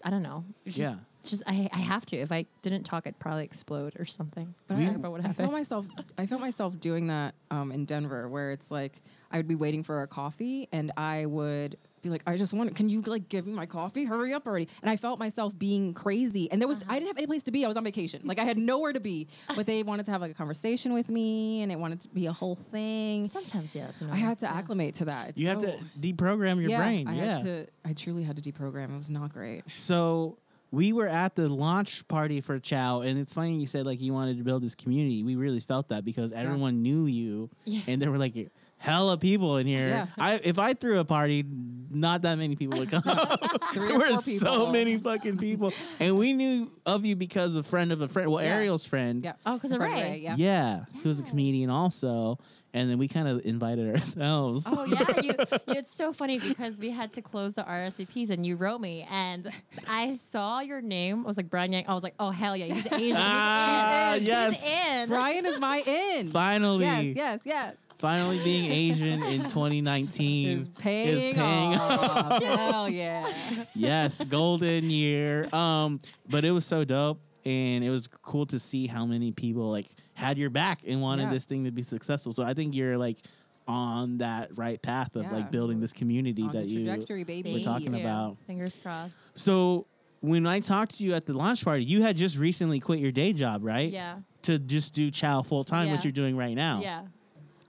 Speaker 3: I don't know. It's just,
Speaker 1: Yeah.
Speaker 3: it's Just I, I have to. If I didn't talk, I'd probably explode or something. But I don't care about what
Speaker 2: I felt
Speaker 3: happened.
Speaker 2: myself. I felt myself doing that um, in Denver, where it's like I would be waiting for a coffee, and I would be like, "I just want. Can you like give me my coffee? Hurry up already!" And I felt myself being crazy, and there
Speaker 3: Uh-huh.
Speaker 2: was I didn't have any place to be. I was on vacation, like I had nowhere to be. But they wanted to have like a conversation with me, and it wanted to be a whole thing.
Speaker 3: Sometimes, yeah, it's
Speaker 2: I
Speaker 3: annoying.
Speaker 2: had to
Speaker 3: Yeah.
Speaker 2: acclimate to that. It's
Speaker 1: You have
Speaker 2: so-
Speaker 1: to deprogram your
Speaker 2: yeah,
Speaker 1: brain.
Speaker 2: I
Speaker 1: yeah.
Speaker 2: had to. I truly had to deprogram. It was not great.
Speaker 1: So we were at the launch party for Chow, and it's funny you said like you wanted to build this community. We really felt that because everyone knew you,
Speaker 3: Yeah.
Speaker 1: and there were like hella people in here.
Speaker 2: Yeah.
Speaker 1: I if I threw a party, not that many people would come.
Speaker 2: Three
Speaker 1: there
Speaker 2: or
Speaker 1: were
Speaker 2: four
Speaker 1: so
Speaker 2: people.
Speaker 1: many fucking people, and we knew of you because of friend of a friend. Well,
Speaker 2: Yeah.
Speaker 1: Ariel's friend.
Speaker 2: Yeah.
Speaker 3: Oh, 'cause of
Speaker 2: Right,
Speaker 3: Ray.
Speaker 2: right,
Speaker 1: Yeah,
Speaker 2: Yeah.
Speaker 1: who was a
Speaker 3: Yes.
Speaker 1: comedian also, and then we kind of invited ourselves.
Speaker 3: Oh yeah, you, you, it's so funny because we had to close the RSVPs and you wrote me and I saw your name. I was like Brian Yang. I was like, oh hell yeah, he's Asian. He's
Speaker 1: Ah,
Speaker 3: in. He's
Speaker 1: yes.
Speaker 3: in.
Speaker 2: Brian is my in.
Speaker 1: Finally,
Speaker 2: Yes. Yes. Yes.
Speaker 1: finally being Asian in 2019
Speaker 2: is paying,
Speaker 1: paying
Speaker 2: off. Hell yeah.
Speaker 1: yes, golden year. Um, but it was so dope, and it was cool to see how many people like had your back and wanted
Speaker 2: Yeah.
Speaker 1: this thing to be successful. So I think you're like on that right path of
Speaker 2: Yeah.
Speaker 1: like building this community
Speaker 2: On
Speaker 1: that
Speaker 2: the
Speaker 1: you
Speaker 2: trajectory, baby.
Speaker 1: we're talking
Speaker 3: Thank you.
Speaker 1: about.
Speaker 3: Fingers crossed.
Speaker 1: So when I talked to you at the launch party, you had just recently quit your day job, right?
Speaker 3: Yeah.
Speaker 1: To just do Chow full time,
Speaker 3: Yeah.
Speaker 1: which you're doing right now.
Speaker 3: Yeah.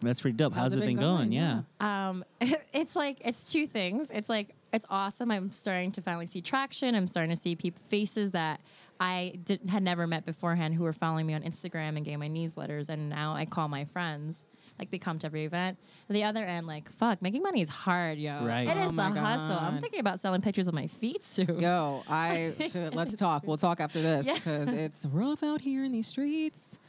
Speaker 1: That's pretty dope. How's, it been, going? Yeah.
Speaker 3: Um, it's like it's two things. It's like it's awesome. I'm starting to finally see traction. I'm starting to see peop faces that I didn't, had never met beforehand who were following me on Instagram and getting my newsletters, and now I call my friends. Like they come to every event. And the other end, like fuck, making money is hard, yo.
Speaker 1: Right.
Speaker 3: It
Speaker 1: Oh
Speaker 3: is the
Speaker 2: my
Speaker 3: hustle. I'm
Speaker 2: God.
Speaker 3: thinking about selling pictures of my feet soon.
Speaker 2: Yo, I should- let's talk. We'll talk after this because it's rough out here in these streets.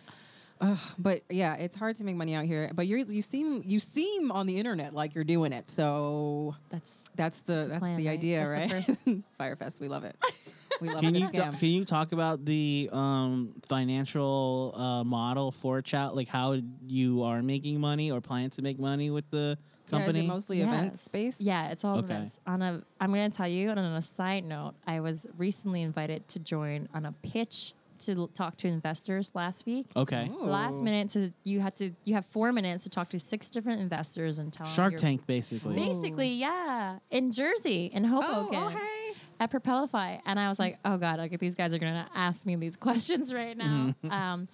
Speaker 2: Ugh, but yeah, it's hard to make money out here. But you are you seem you seem on the internet like you're doing it. So
Speaker 3: That's
Speaker 2: that's the that's,
Speaker 3: plan,
Speaker 2: the
Speaker 3: right?
Speaker 2: idea,
Speaker 3: That's the
Speaker 2: right? Firefest, we love it. We love
Speaker 1: Can
Speaker 2: it.
Speaker 1: you
Speaker 2: It's a
Speaker 1: ta-
Speaker 2: scam.
Speaker 1: can you talk about the um, financial uh, model for chat, like how you are making money or plan to make money with the
Speaker 2: Yeah, is
Speaker 1: company?
Speaker 2: it mostly event
Speaker 3: Yes.
Speaker 2: space?
Speaker 3: Yeah, it's all
Speaker 1: Okay.
Speaker 3: events. On a, I'm going to tell you. And on a side note, I was recently invited to join on a pitch to l- talk to investors last week.
Speaker 1: okay,
Speaker 2: Ooh.
Speaker 3: Last minute to you had to you have four minutes to talk to six different investors and
Speaker 2: oh,
Speaker 3: tell 'em
Speaker 1: Shark
Speaker 3: your-
Speaker 1: Tank basically.
Speaker 3: Basically, yeah, in Jersey, in
Speaker 2: Oh,
Speaker 3: Hoboken,
Speaker 2: oh, hey.
Speaker 3: at Propelify, and I was like, oh god, like these guys are gonna ask me these questions right now. um,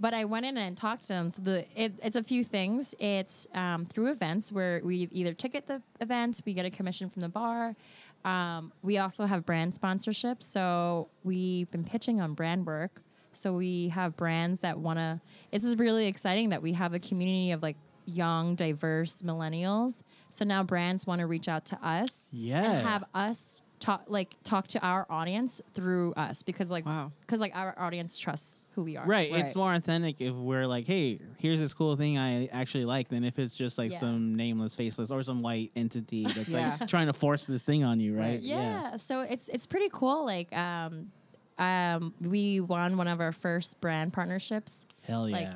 Speaker 3: but I went in and talked to them. So the it, it's a few things. It's um, through events where we either ticket the events, we get a commission from the bar. Um, we also have brand sponsorships. So we've been pitching on brand work. So we have brands that want to. This is really exciting that we have a community of like young, diverse millennials. So now brands want to reach out to us and
Speaker 1: Yeah.
Speaker 3: have us talk like talk to our audience through us because like
Speaker 2: Wow.
Speaker 3: because like our audience trusts who we are.
Speaker 1: Right,
Speaker 2: Right.
Speaker 1: It's more authentic if we're like, hey, here's this cool thing I actually like than if it's just like
Speaker 3: Yeah.
Speaker 1: some nameless, faceless, or some white entity that's
Speaker 2: Yeah.
Speaker 1: like trying to force this thing on you, right?
Speaker 2: Right.
Speaker 3: Yeah. So it's it's pretty cool. Like um, um, we won one of our first brand partnerships.
Speaker 1: Hell yeah.
Speaker 3: Like,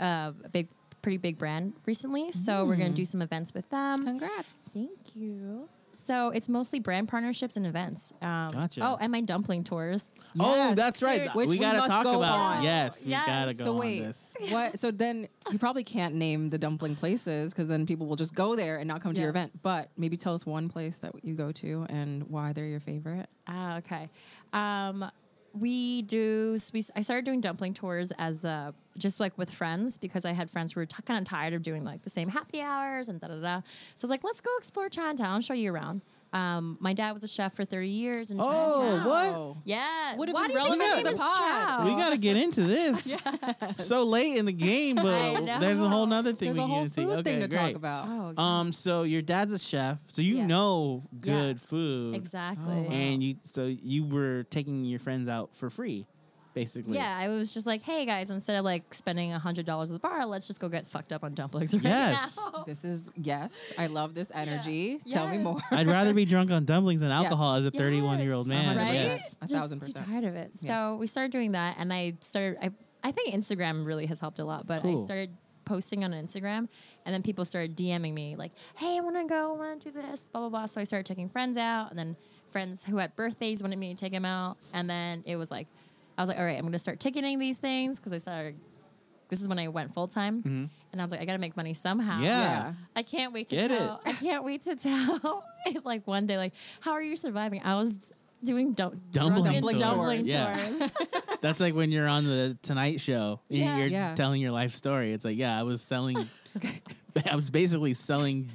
Speaker 3: Uh, a big, pretty big brand recently. So we're gonna do some events with them.
Speaker 2: Congrats.
Speaker 3: Thank you. So it's mostly brand partnerships and events. Um,
Speaker 1: Gotcha.
Speaker 3: Oh, and my dumpling tours.
Speaker 1: oh,
Speaker 2: Yes.
Speaker 1: that's right.
Speaker 2: Which
Speaker 1: we
Speaker 2: we
Speaker 1: gotta
Speaker 2: must
Speaker 1: talk
Speaker 2: go
Speaker 1: about.
Speaker 2: on.
Speaker 1: Yes, we
Speaker 3: Yes.
Speaker 1: gotta go
Speaker 2: So
Speaker 1: on
Speaker 2: wait,
Speaker 1: this.
Speaker 2: what? So then you probably can't name the dumpling places because then people will just go there and not come to your
Speaker 3: Yes.
Speaker 2: event. But maybe tell us one place that you go to and why they're your favorite.
Speaker 3: Ah, okay. Um, we do. s- We, s- I started doing dumpling tours as uh, just like with friends because I had friends who were kind of tired of doing like the same happy hours and da da da. So I was like, let's go explore Chinatown. I'll show you around. Um, my dad was a chef for thirty years in
Speaker 1: Oh,
Speaker 3: Chinatown.
Speaker 1: what?
Speaker 2: Oh.
Speaker 3: Yeah.
Speaker 2: Would've
Speaker 3: Why
Speaker 2: been
Speaker 3: do you
Speaker 1: relevant
Speaker 3: think my
Speaker 1: to
Speaker 3: name
Speaker 1: the
Speaker 3: is
Speaker 2: pod.
Speaker 3: Chow?
Speaker 1: We gotta get into this. So late in the game, but
Speaker 3: know.
Speaker 1: there's a whole nother thing
Speaker 2: There's
Speaker 1: we
Speaker 2: a whole
Speaker 1: need to take.
Speaker 2: food
Speaker 1: okay,
Speaker 2: thing to
Speaker 1: great.
Speaker 2: talk about.
Speaker 3: Oh,
Speaker 1: Um, so your dad's a chef, so you
Speaker 3: Yeah.
Speaker 1: know
Speaker 3: Yeah.
Speaker 1: good food.
Speaker 3: exactly.
Speaker 2: Oh, wow.
Speaker 1: And you so you were taking your friends out for free, basically.
Speaker 3: Yeah, I was just like, hey guys, instead of like spending hundred dollars at the bar, let's just go get fucked up on dumplings right
Speaker 1: Yes.
Speaker 3: now.
Speaker 2: This is yes. I love this energy.
Speaker 3: Yeah.
Speaker 2: Tell me
Speaker 3: Yes.
Speaker 2: more.
Speaker 1: I'd rather be drunk on dumplings than
Speaker 2: Yes.
Speaker 1: alcohol as a 31 year old
Speaker 3: Yes.
Speaker 1: man.
Speaker 2: hundred
Speaker 3: right?
Speaker 2: percent.
Speaker 1: Yes.
Speaker 2: Uh-huh. A
Speaker 3: Just
Speaker 2: thousand
Speaker 3: too
Speaker 2: percent.
Speaker 3: tired of it. So
Speaker 2: Yeah.
Speaker 3: we started doing that, and I started. I I think Instagram really has helped a lot, but I
Speaker 1: Cool.
Speaker 3: started posting on Instagram, and then people started DMing me like, "Hey, I want to go. I want to do this. Blah blah blah." So I started taking friends out, and then friends who had birthdays wanted me to take them out, and then it was like, I was like, "All right, I'm going to start ticketing these things because I started." This is when I went full time, and I was like, "I got to make money somehow."
Speaker 1: Mm-hmm. Yeah.
Speaker 3: I can't wait to
Speaker 1: Get it.
Speaker 3: tell. I can't wait to tell. like one day, like, how are you surviving? I was doing dum-
Speaker 1: Dumpling
Speaker 3: drunken
Speaker 2: tours.
Speaker 3: dumpling
Speaker 1: Yeah.
Speaker 3: tours.
Speaker 1: That's like when you're on the Tonight Show. and
Speaker 3: Yeah.
Speaker 1: You're
Speaker 2: Yeah.
Speaker 1: telling your life story. It's like, yeah, I was selling, I was basically selling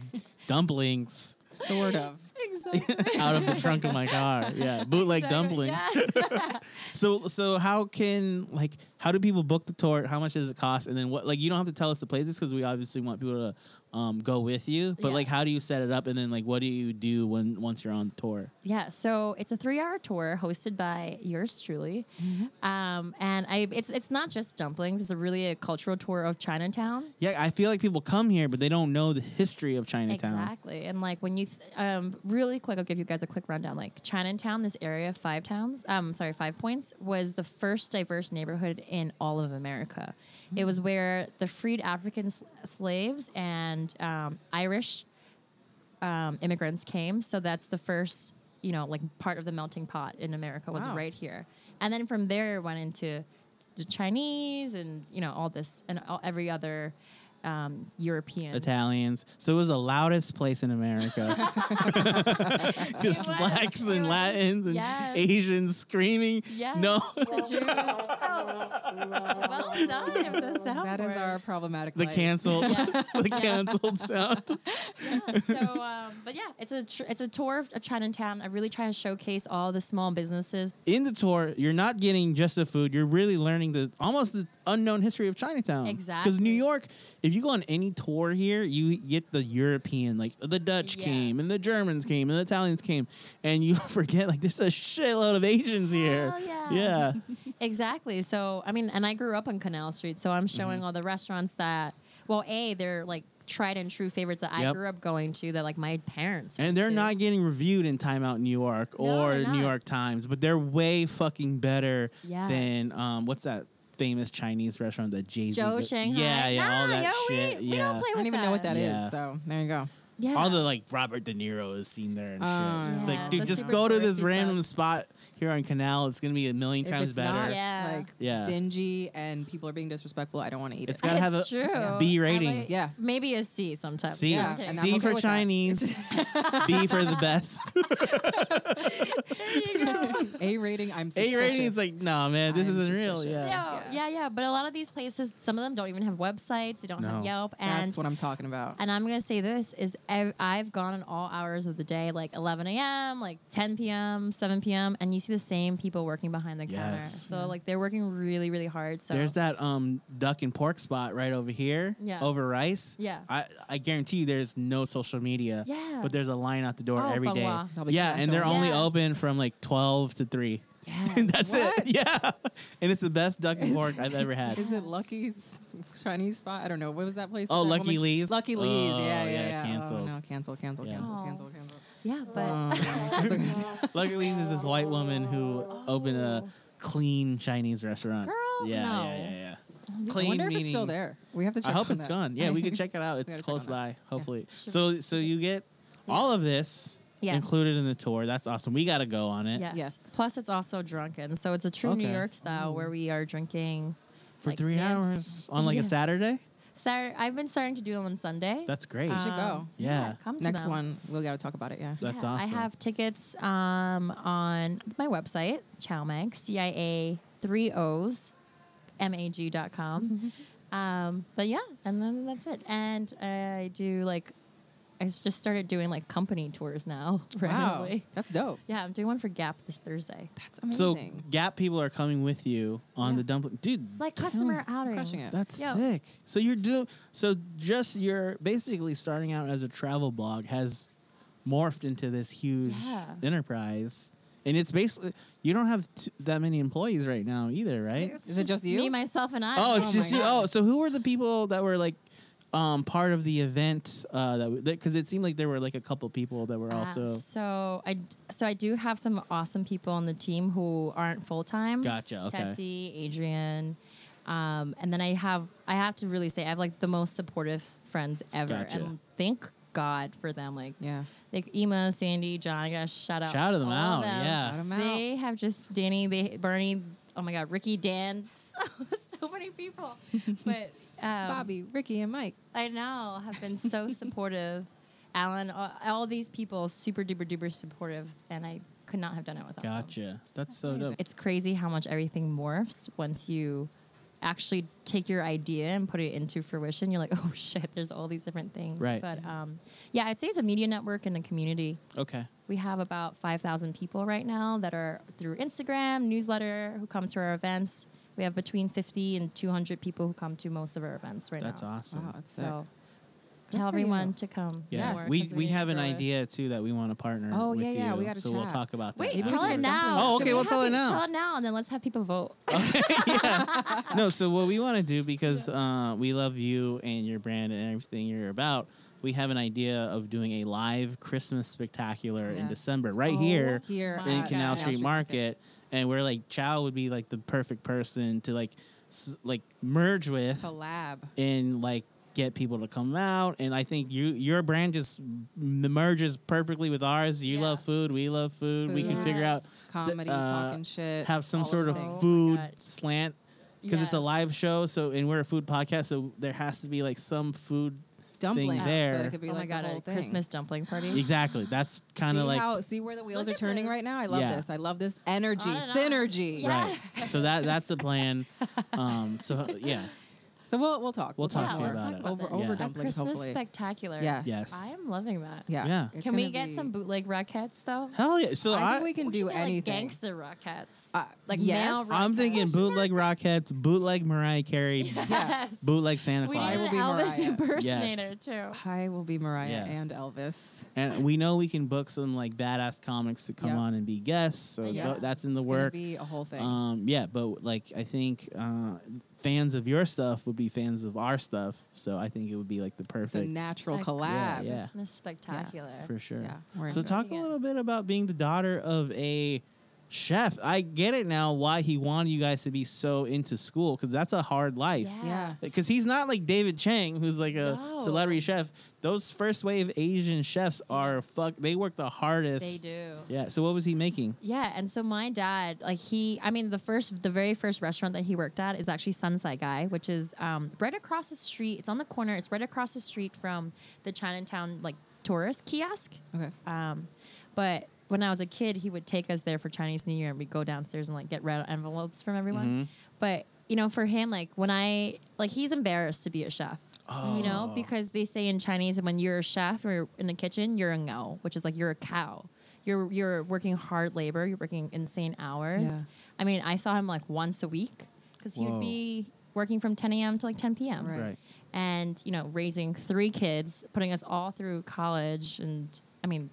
Speaker 1: dumplings
Speaker 2: Sort of.
Speaker 3: exactly.
Speaker 1: out of the trunk of my car. Yeah, bootleg dumplings.
Speaker 3: Yeah.
Speaker 1: So, so how can like how do people book the tour? How much does it cost? And then what? Like, you don't have to tell us the places because we obviously want people to um, go with you. But
Speaker 3: Yeah.
Speaker 1: like, how do you set it up? And then like, what do you do when once you're on the tour?
Speaker 3: Yeah, so it's a three-hour tour hosted by yours truly,
Speaker 1: Mm-hmm.
Speaker 3: um, and I. It's it's not just dumplings. It's a really a cultural tour of Chinatown.
Speaker 1: Yeah, I feel like people come here, but they don't know the history of Chinatown.
Speaker 3: Exactly. And like when you, th- um, really quick, I'll give you guys a quick rundown. Like Chinatown, this area of five towns, um, sorry, five points, was the first diverse neighborhood in all of America. It was where the freed African s- slaves and um, Irish um, immigrants came. So that's the first, you know, like part of the melting pot in America was
Speaker 2: Wow.
Speaker 3: right here. And then from there went into the Chinese and, you know, all this and all, every other um, European.
Speaker 1: Italians. So it was the loudest place in America. Just
Speaker 3: It was.
Speaker 1: blacks
Speaker 3: It
Speaker 1: and
Speaker 3: was.
Speaker 1: Latins and
Speaker 3: Yes.
Speaker 1: Asians screaming.
Speaker 3: Yes.
Speaker 1: No.
Speaker 3: The Jews. Oh. well done. The sound
Speaker 2: That is our problematic.
Speaker 1: The
Speaker 2: light.
Speaker 1: canceled,
Speaker 3: Yeah.
Speaker 1: the canceled sound.
Speaker 3: So, um, but yeah, it's a tr- it's a tour of Chinatown. I really try to showcase all the small businesses.
Speaker 1: In the tour, you're not getting just the food. You're really learning the almost the unknown history of Chinatown. Because New
Speaker 3: Exactly.
Speaker 1: York, if you go on any tour here, you get the European, like the Dutch
Speaker 3: Yeah.
Speaker 1: came and the Germans came and the Italians came, and you forget like there's a shitload of Asians here.
Speaker 3: Hell yeah.
Speaker 1: Yeah.
Speaker 3: Exactly. So, I mean, and I grew up on Canal Street, so I'm
Speaker 1: Mm-hmm.
Speaker 3: showing all the restaurants that, well, a they're like tried and true favorites that I
Speaker 1: Yep.
Speaker 3: grew up going to that like my parents
Speaker 1: And
Speaker 3: went
Speaker 1: they're
Speaker 3: to.
Speaker 1: not getting reviewed in Time Out New York
Speaker 3: No,
Speaker 1: or
Speaker 3: they're
Speaker 1: New
Speaker 3: not.
Speaker 1: York Times, but they're way fucking better
Speaker 3: Yes.
Speaker 1: than um, what's that famous Chinese restaurant that Jay Z?
Speaker 3: Joe Shanghai.
Speaker 1: Yeah, yeah, all
Speaker 3: Nah,
Speaker 1: that
Speaker 3: yo,
Speaker 1: shit.
Speaker 3: We,
Speaker 1: yeah,
Speaker 3: we don't play
Speaker 2: I
Speaker 3: with
Speaker 2: don't even know what that is.
Speaker 1: Yeah.
Speaker 2: So there you go.
Speaker 3: Yeah.
Speaker 1: all the like Robert De Niro is seen there and
Speaker 2: Oh,
Speaker 1: shit. It's
Speaker 3: yeah.
Speaker 1: like, dude,
Speaker 3: The
Speaker 1: just
Speaker 3: super
Speaker 1: go to this
Speaker 3: touristy
Speaker 1: random
Speaker 3: stuff.
Speaker 1: spot here on Canal. It's gonna be a million
Speaker 2: If
Speaker 1: times
Speaker 2: it's
Speaker 1: better.
Speaker 2: not
Speaker 3: Yeah.
Speaker 2: like
Speaker 1: Yeah.
Speaker 2: dingy and people are being disrespectful, I don't want to eat
Speaker 1: It's
Speaker 2: it.
Speaker 1: gotta have a
Speaker 3: It's true.
Speaker 1: B
Speaker 3: I
Speaker 1: rating.
Speaker 3: like-
Speaker 2: Yeah.
Speaker 3: Maybe a C sometimes.
Speaker 1: C,
Speaker 2: Yeah,
Speaker 3: Okay.
Speaker 2: and I'm
Speaker 1: C
Speaker 2: okay
Speaker 1: for
Speaker 2: with that.
Speaker 1: Chinese, B for the best.
Speaker 2: A rating. I'm
Speaker 1: A
Speaker 2: suspicious.
Speaker 1: rating is like, no, man, this
Speaker 2: I'm
Speaker 1: isn't real.
Speaker 2: suspicious.
Speaker 1: Yeah.
Speaker 3: No,
Speaker 2: Yeah.
Speaker 3: yeah, yeah. But a lot of these places, some of them don't even have websites. They don't
Speaker 1: No.
Speaker 3: have Yelp. And
Speaker 2: that's what I'm talking about.
Speaker 3: and I'm gonna say this is I've, I've gone on all hours of the day, like 11 a.m., like 10 p.m., 7 p.m., and you see the same people working behind the counter.
Speaker 1: Yes.
Speaker 3: So like they're working really, really hard. So
Speaker 1: There's that um duck and pork spot right over here.
Speaker 3: Yeah.
Speaker 1: Over rice.
Speaker 3: Yeah.
Speaker 1: I, I guarantee you there's no social media.
Speaker 3: Yeah.
Speaker 1: But there's a line out the door
Speaker 3: Oh,
Speaker 1: every
Speaker 3: fuck
Speaker 1: day.
Speaker 3: wow.
Speaker 2: That'll be
Speaker 1: Yeah, and they're
Speaker 2: casual.
Speaker 1: only
Speaker 3: Yes.
Speaker 1: open from like twelve to three.
Speaker 3: Yeah.
Speaker 1: And that's
Speaker 2: What?
Speaker 1: it. Yeah. And it's the best duck and pork I've ever had.
Speaker 2: Is it Lucky's Chinese spot? I don't know. What was that place?
Speaker 1: Oh,
Speaker 2: That
Speaker 1: Lucky
Speaker 2: woman-
Speaker 1: Lee's?
Speaker 2: Lucky Lee's.
Speaker 1: Oh,
Speaker 2: yeah, yeah,
Speaker 1: yeah,
Speaker 2: yeah.
Speaker 1: canceled.
Speaker 2: Oh, no, cancel, cancel,
Speaker 1: Yeah.
Speaker 2: cancel,
Speaker 3: Oh.
Speaker 2: cancel, cancel.
Speaker 3: yeah, but
Speaker 2: Uh, Um,
Speaker 1: Luckily, Lee's is this white woman who opened a clean Chinese restaurant.
Speaker 3: Oh. Girl,
Speaker 1: yeah,
Speaker 3: no.
Speaker 1: yeah, yeah, yeah.
Speaker 2: I
Speaker 1: Clean
Speaker 2: wonder if
Speaker 1: meaning.
Speaker 2: it's still there. We have to check
Speaker 1: I hope
Speaker 2: on
Speaker 1: it's
Speaker 2: that.
Speaker 1: gone. Yeah, we could check it out. It's
Speaker 2: gotta check
Speaker 1: close
Speaker 2: on that.
Speaker 1: by, hopefully. So, so you get all of this
Speaker 3: Yes.
Speaker 1: included in the tour. That's awesome. We got to go on it
Speaker 3: yes.
Speaker 2: Yes. Mm.
Speaker 3: Plus, it's also drunken. So it's a true New
Speaker 1: Okay.
Speaker 3: York style where we are drinking
Speaker 1: for
Speaker 3: like,
Speaker 1: three
Speaker 3: nibs.
Speaker 1: hours on like
Speaker 3: Yeah.
Speaker 1: a Saturday.
Speaker 3: Saturday. I've been starting to do them on Sunday. Um,
Speaker 1: That's great.
Speaker 3: Uh,
Speaker 2: should go.
Speaker 1: Yeah.
Speaker 3: come to
Speaker 2: Next
Speaker 3: them.
Speaker 2: one, we got to talk about it. Yeah.
Speaker 1: That's
Speaker 3: Yeah,
Speaker 1: awesome.
Speaker 3: I have tickets um, on my website, Chowmag, C I A three O's, M A G dot com. um, but yeah, and then that's it. And I do like, I s- just started doing like company tours now.
Speaker 2: Wow,
Speaker 3: randomly.
Speaker 2: that's dope.
Speaker 3: Yeah, I'm doing one for Gap this Thursday.
Speaker 2: That's
Speaker 1: so
Speaker 2: amazing.
Speaker 1: Gap people are coming with you on
Speaker 3: Yeah.
Speaker 1: the dumpling, dude.
Speaker 3: Like
Speaker 1: tell
Speaker 3: customer
Speaker 1: me-
Speaker 3: outings.
Speaker 2: crushing it.
Speaker 1: That's
Speaker 3: Yo.
Speaker 1: sick. So you're do so just you're basically starting out as a travel blog has morphed into this huge
Speaker 3: Yeah.
Speaker 1: enterprise, and it's basically you don't have t- that many employees right now either, right?
Speaker 2: Is it just you?
Speaker 3: Me, myself, and I.
Speaker 1: oh, it's
Speaker 2: Oh my
Speaker 1: just you.
Speaker 2: God.
Speaker 1: Oh, so who were the people that were like um, part of the event? Uh, that because it seemed like there were like a couple people that were
Speaker 3: Uh,
Speaker 1: also
Speaker 3: so I so I do have some awesome people on the team who aren't full time.
Speaker 1: Gotcha, okay.
Speaker 3: Tessie, Adrian, um, and then I have I have to really say I have like the most supportive friends ever,
Speaker 1: Gotcha.
Speaker 3: and thank God for them. Like
Speaker 2: Yeah.
Speaker 3: like Ema, Sandy, John. I gotta shout out
Speaker 1: Shout 'em
Speaker 3: all
Speaker 1: out,
Speaker 3: of them.
Speaker 1: yeah.
Speaker 2: Shout 'em out.
Speaker 3: they have just Danny, they Bernie. Oh my God, Ricky, Dan, so, so many people, but. Um,
Speaker 2: Bobby, Ricky, and Mike.
Speaker 3: I know have been so supportive. Alan, all, all these people super duper duper supportive, and I could not have done it without them.
Speaker 1: gotcha. That's so dope.
Speaker 3: It's crazy how much everything morphs once you actually take your idea and put it into fruition. You're like, oh shit, there's all these different things.
Speaker 1: Right.
Speaker 3: But um, yeah, I'd say it's a media network and a community.
Speaker 1: Okay.
Speaker 3: We have about 5,000 people right now that are through Instagram, newsletter, who come to our events. We have between 50 and 200 people who come to most of our events right
Speaker 1: That's
Speaker 3: now.
Speaker 1: awesome.
Speaker 2: Wow, that's sick.
Speaker 3: So
Speaker 2: Good
Speaker 3: tell
Speaker 2: for you.
Speaker 3: everyone to come.
Speaker 1: Yeah,
Speaker 2: Yes.
Speaker 1: we
Speaker 3: because
Speaker 1: we
Speaker 3: need
Speaker 1: have
Speaker 3: to
Speaker 1: an
Speaker 3: grow it.
Speaker 1: idea too that we want to partner.
Speaker 2: Oh,
Speaker 1: with
Speaker 2: yeah, yeah,
Speaker 1: you,
Speaker 2: we gotta
Speaker 1: so we'll
Speaker 2: chat.
Speaker 1: talk about that.
Speaker 3: Wait,
Speaker 2: Maybe we
Speaker 3: tell
Speaker 2: can
Speaker 3: it
Speaker 2: do a
Speaker 3: now.
Speaker 1: dumpling. Oh,
Speaker 3: Should
Speaker 1: okay,
Speaker 3: we
Speaker 1: we'll tell
Speaker 3: have
Speaker 1: it now. Oh,
Speaker 3: Tell it now, and then let's have people vote.
Speaker 1: no, so what we want to do because uh, we love you and your brand and everything you're about. We have an idea of doing a live Christmas spectacular in
Speaker 2: Yes.
Speaker 1: December right
Speaker 2: Oh,
Speaker 1: here
Speaker 2: here
Speaker 1: in
Speaker 2: at
Speaker 1: Canal Street Market, and we're like Chow would be like the perfect person to like s- like merge with
Speaker 2: Collab.
Speaker 1: and like get people to come out. And I think you your brand just m- merges perfectly with ours. You
Speaker 3: Yeah.
Speaker 1: love food, we love food. We can
Speaker 2: Food.
Speaker 1: figure out
Speaker 2: Comedy,
Speaker 1: uh,
Speaker 2: talking shit.
Speaker 1: have some
Speaker 2: all Oh
Speaker 1: sort
Speaker 2: the
Speaker 1: of
Speaker 2: things.
Speaker 1: food
Speaker 3: God.
Speaker 1: slant because it's a
Speaker 3: Yes.
Speaker 1: live show. So and we're a food podcast, so there has to be like some food.
Speaker 2: dumpling
Speaker 1: there.
Speaker 2: So it could be
Speaker 3: oh
Speaker 2: like
Speaker 3: my god,
Speaker 2: the whole
Speaker 3: a
Speaker 2: thing.
Speaker 3: Christmas dumpling party.
Speaker 1: Exactly. That's kind of
Speaker 2: see
Speaker 1: like
Speaker 2: how, see where the wheels are
Speaker 3: Look at
Speaker 2: turning
Speaker 3: this.
Speaker 2: right now. I love
Speaker 1: Yeah.
Speaker 2: this. I love this energy,
Speaker 3: On and on.
Speaker 2: synergy.
Speaker 3: Yeah.
Speaker 1: right. so that that's the plan. Um. So yeah.
Speaker 2: So we'll we'll talk.
Speaker 1: We'll talk
Speaker 3: yeah,
Speaker 1: to you
Speaker 3: let's
Speaker 1: about
Speaker 3: talk
Speaker 1: it.
Speaker 3: about
Speaker 2: Over-
Speaker 3: that.
Speaker 2: over
Speaker 3: A
Speaker 2: dumplings,
Speaker 3: Christmas
Speaker 2: hopefully.
Speaker 3: spectacular.
Speaker 2: Yes.
Speaker 1: Yes.
Speaker 3: I am loving that.
Speaker 2: Yeah.
Speaker 1: Yeah.
Speaker 2: it's
Speaker 3: Can we
Speaker 2: gonna
Speaker 3: get
Speaker 2: be-
Speaker 3: some bootleg Rockettes though?
Speaker 1: Hell yeah. So
Speaker 2: I
Speaker 1: I.
Speaker 2: think we can
Speaker 3: We
Speaker 2: do
Speaker 3: could
Speaker 2: anything.
Speaker 3: Like gangster Rockettes.
Speaker 2: Uh,
Speaker 3: like
Speaker 2: yes.
Speaker 3: male
Speaker 2: I'm
Speaker 3: Rockettes.
Speaker 1: I'm thinking bootleg Rockettes, bootleg Mariah Carey,
Speaker 3: Yes.
Speaker 1: bootleg Santa
Speaker 3: we need
Speaker 1: Claus.
Speaker 2: will
Speaker 3: an
Speaker 2: be
Speaker 3: Elvis
Speaker 2: Mariah.
Speaker 3: impersonator
Speaker 1: Yes.
Speaker 3: too.
Speaker 2: I will be Mariah
Speaker 1: Yeah.
Speaker 2: and Elvis.
Speaker 1: And we know we can book some like badass comics to come
Speaker 2: Yeah.
Speaker 1: on and be guests. So
Speaker 3: Yeah.
Speaker 1: tho- that's in the
Speaker 2: It's gonna
Speaker 1: work.
Speaker 2: be a whole thing.
Speaker 1: Um, yeah, but like I think uh, fans of your stuff would be fans of our stuff. So I think it would be like the
Speaker 2: it's a
Speaker 1: perfect
Speaker 2: natural
Speaker 3: Like,
Speaker 2: collab.
Speaker 1: yeah.
Speaker 3: Christmas spectacular.
Speaker 1: for sure.
Speaker 2: Yeah, we're
Speaker 1: so
Speaker 2: into it.
Speaker 1: talk a
Speaker 3: Yeah.
Speaker 1: little bit about being the daughter of a chef. I get it now why he wanted you guys to be so into school because that's a hard life.
Speaker 2: Yeah.
Speaker 1: Because he's not like David Chang, who's like a
Speaker 3: No.
Speaker 1: celebrity chef. Those first wave Asian chefs are fuck. They work the hardest.
Speaker 3: They do.
Speaker 1: Yeah. So what was he making?
Speaker 3: Yeah, and so my dad, like he, I mean, the first, the very first restaurant that he worked at is actually Sunside Guy, which is um, right across the street. It's on the corner. It's right across the street from the Chinatown like tourist kiosk.
Speaker 2: Okay.
Speaker 3: Um, but when I was a kid, he would take us there for Chinese New Year, and we'd go downstairs and like get red envelopes from everyone. But you know, for him, like when I like, he's embarrassed to be a chef. You know, because they say in Chinese that when you're a chef or you're in the kitchen, you're a ngao, which is like you're a cow. You're you're working hard labor. You're working insane hours.
Speaker 2: Yeah.
Speaker 3: I mean, I saw him like once a week because he
Speaker 1: Whoa.
Speaker 3: would be working from 10 a.m. to like 10 p.m.
Speaker 2: Right.
Speaker 1: Right.
Speaker 3: And you know, raising three kids, putting us all through college, and I mean,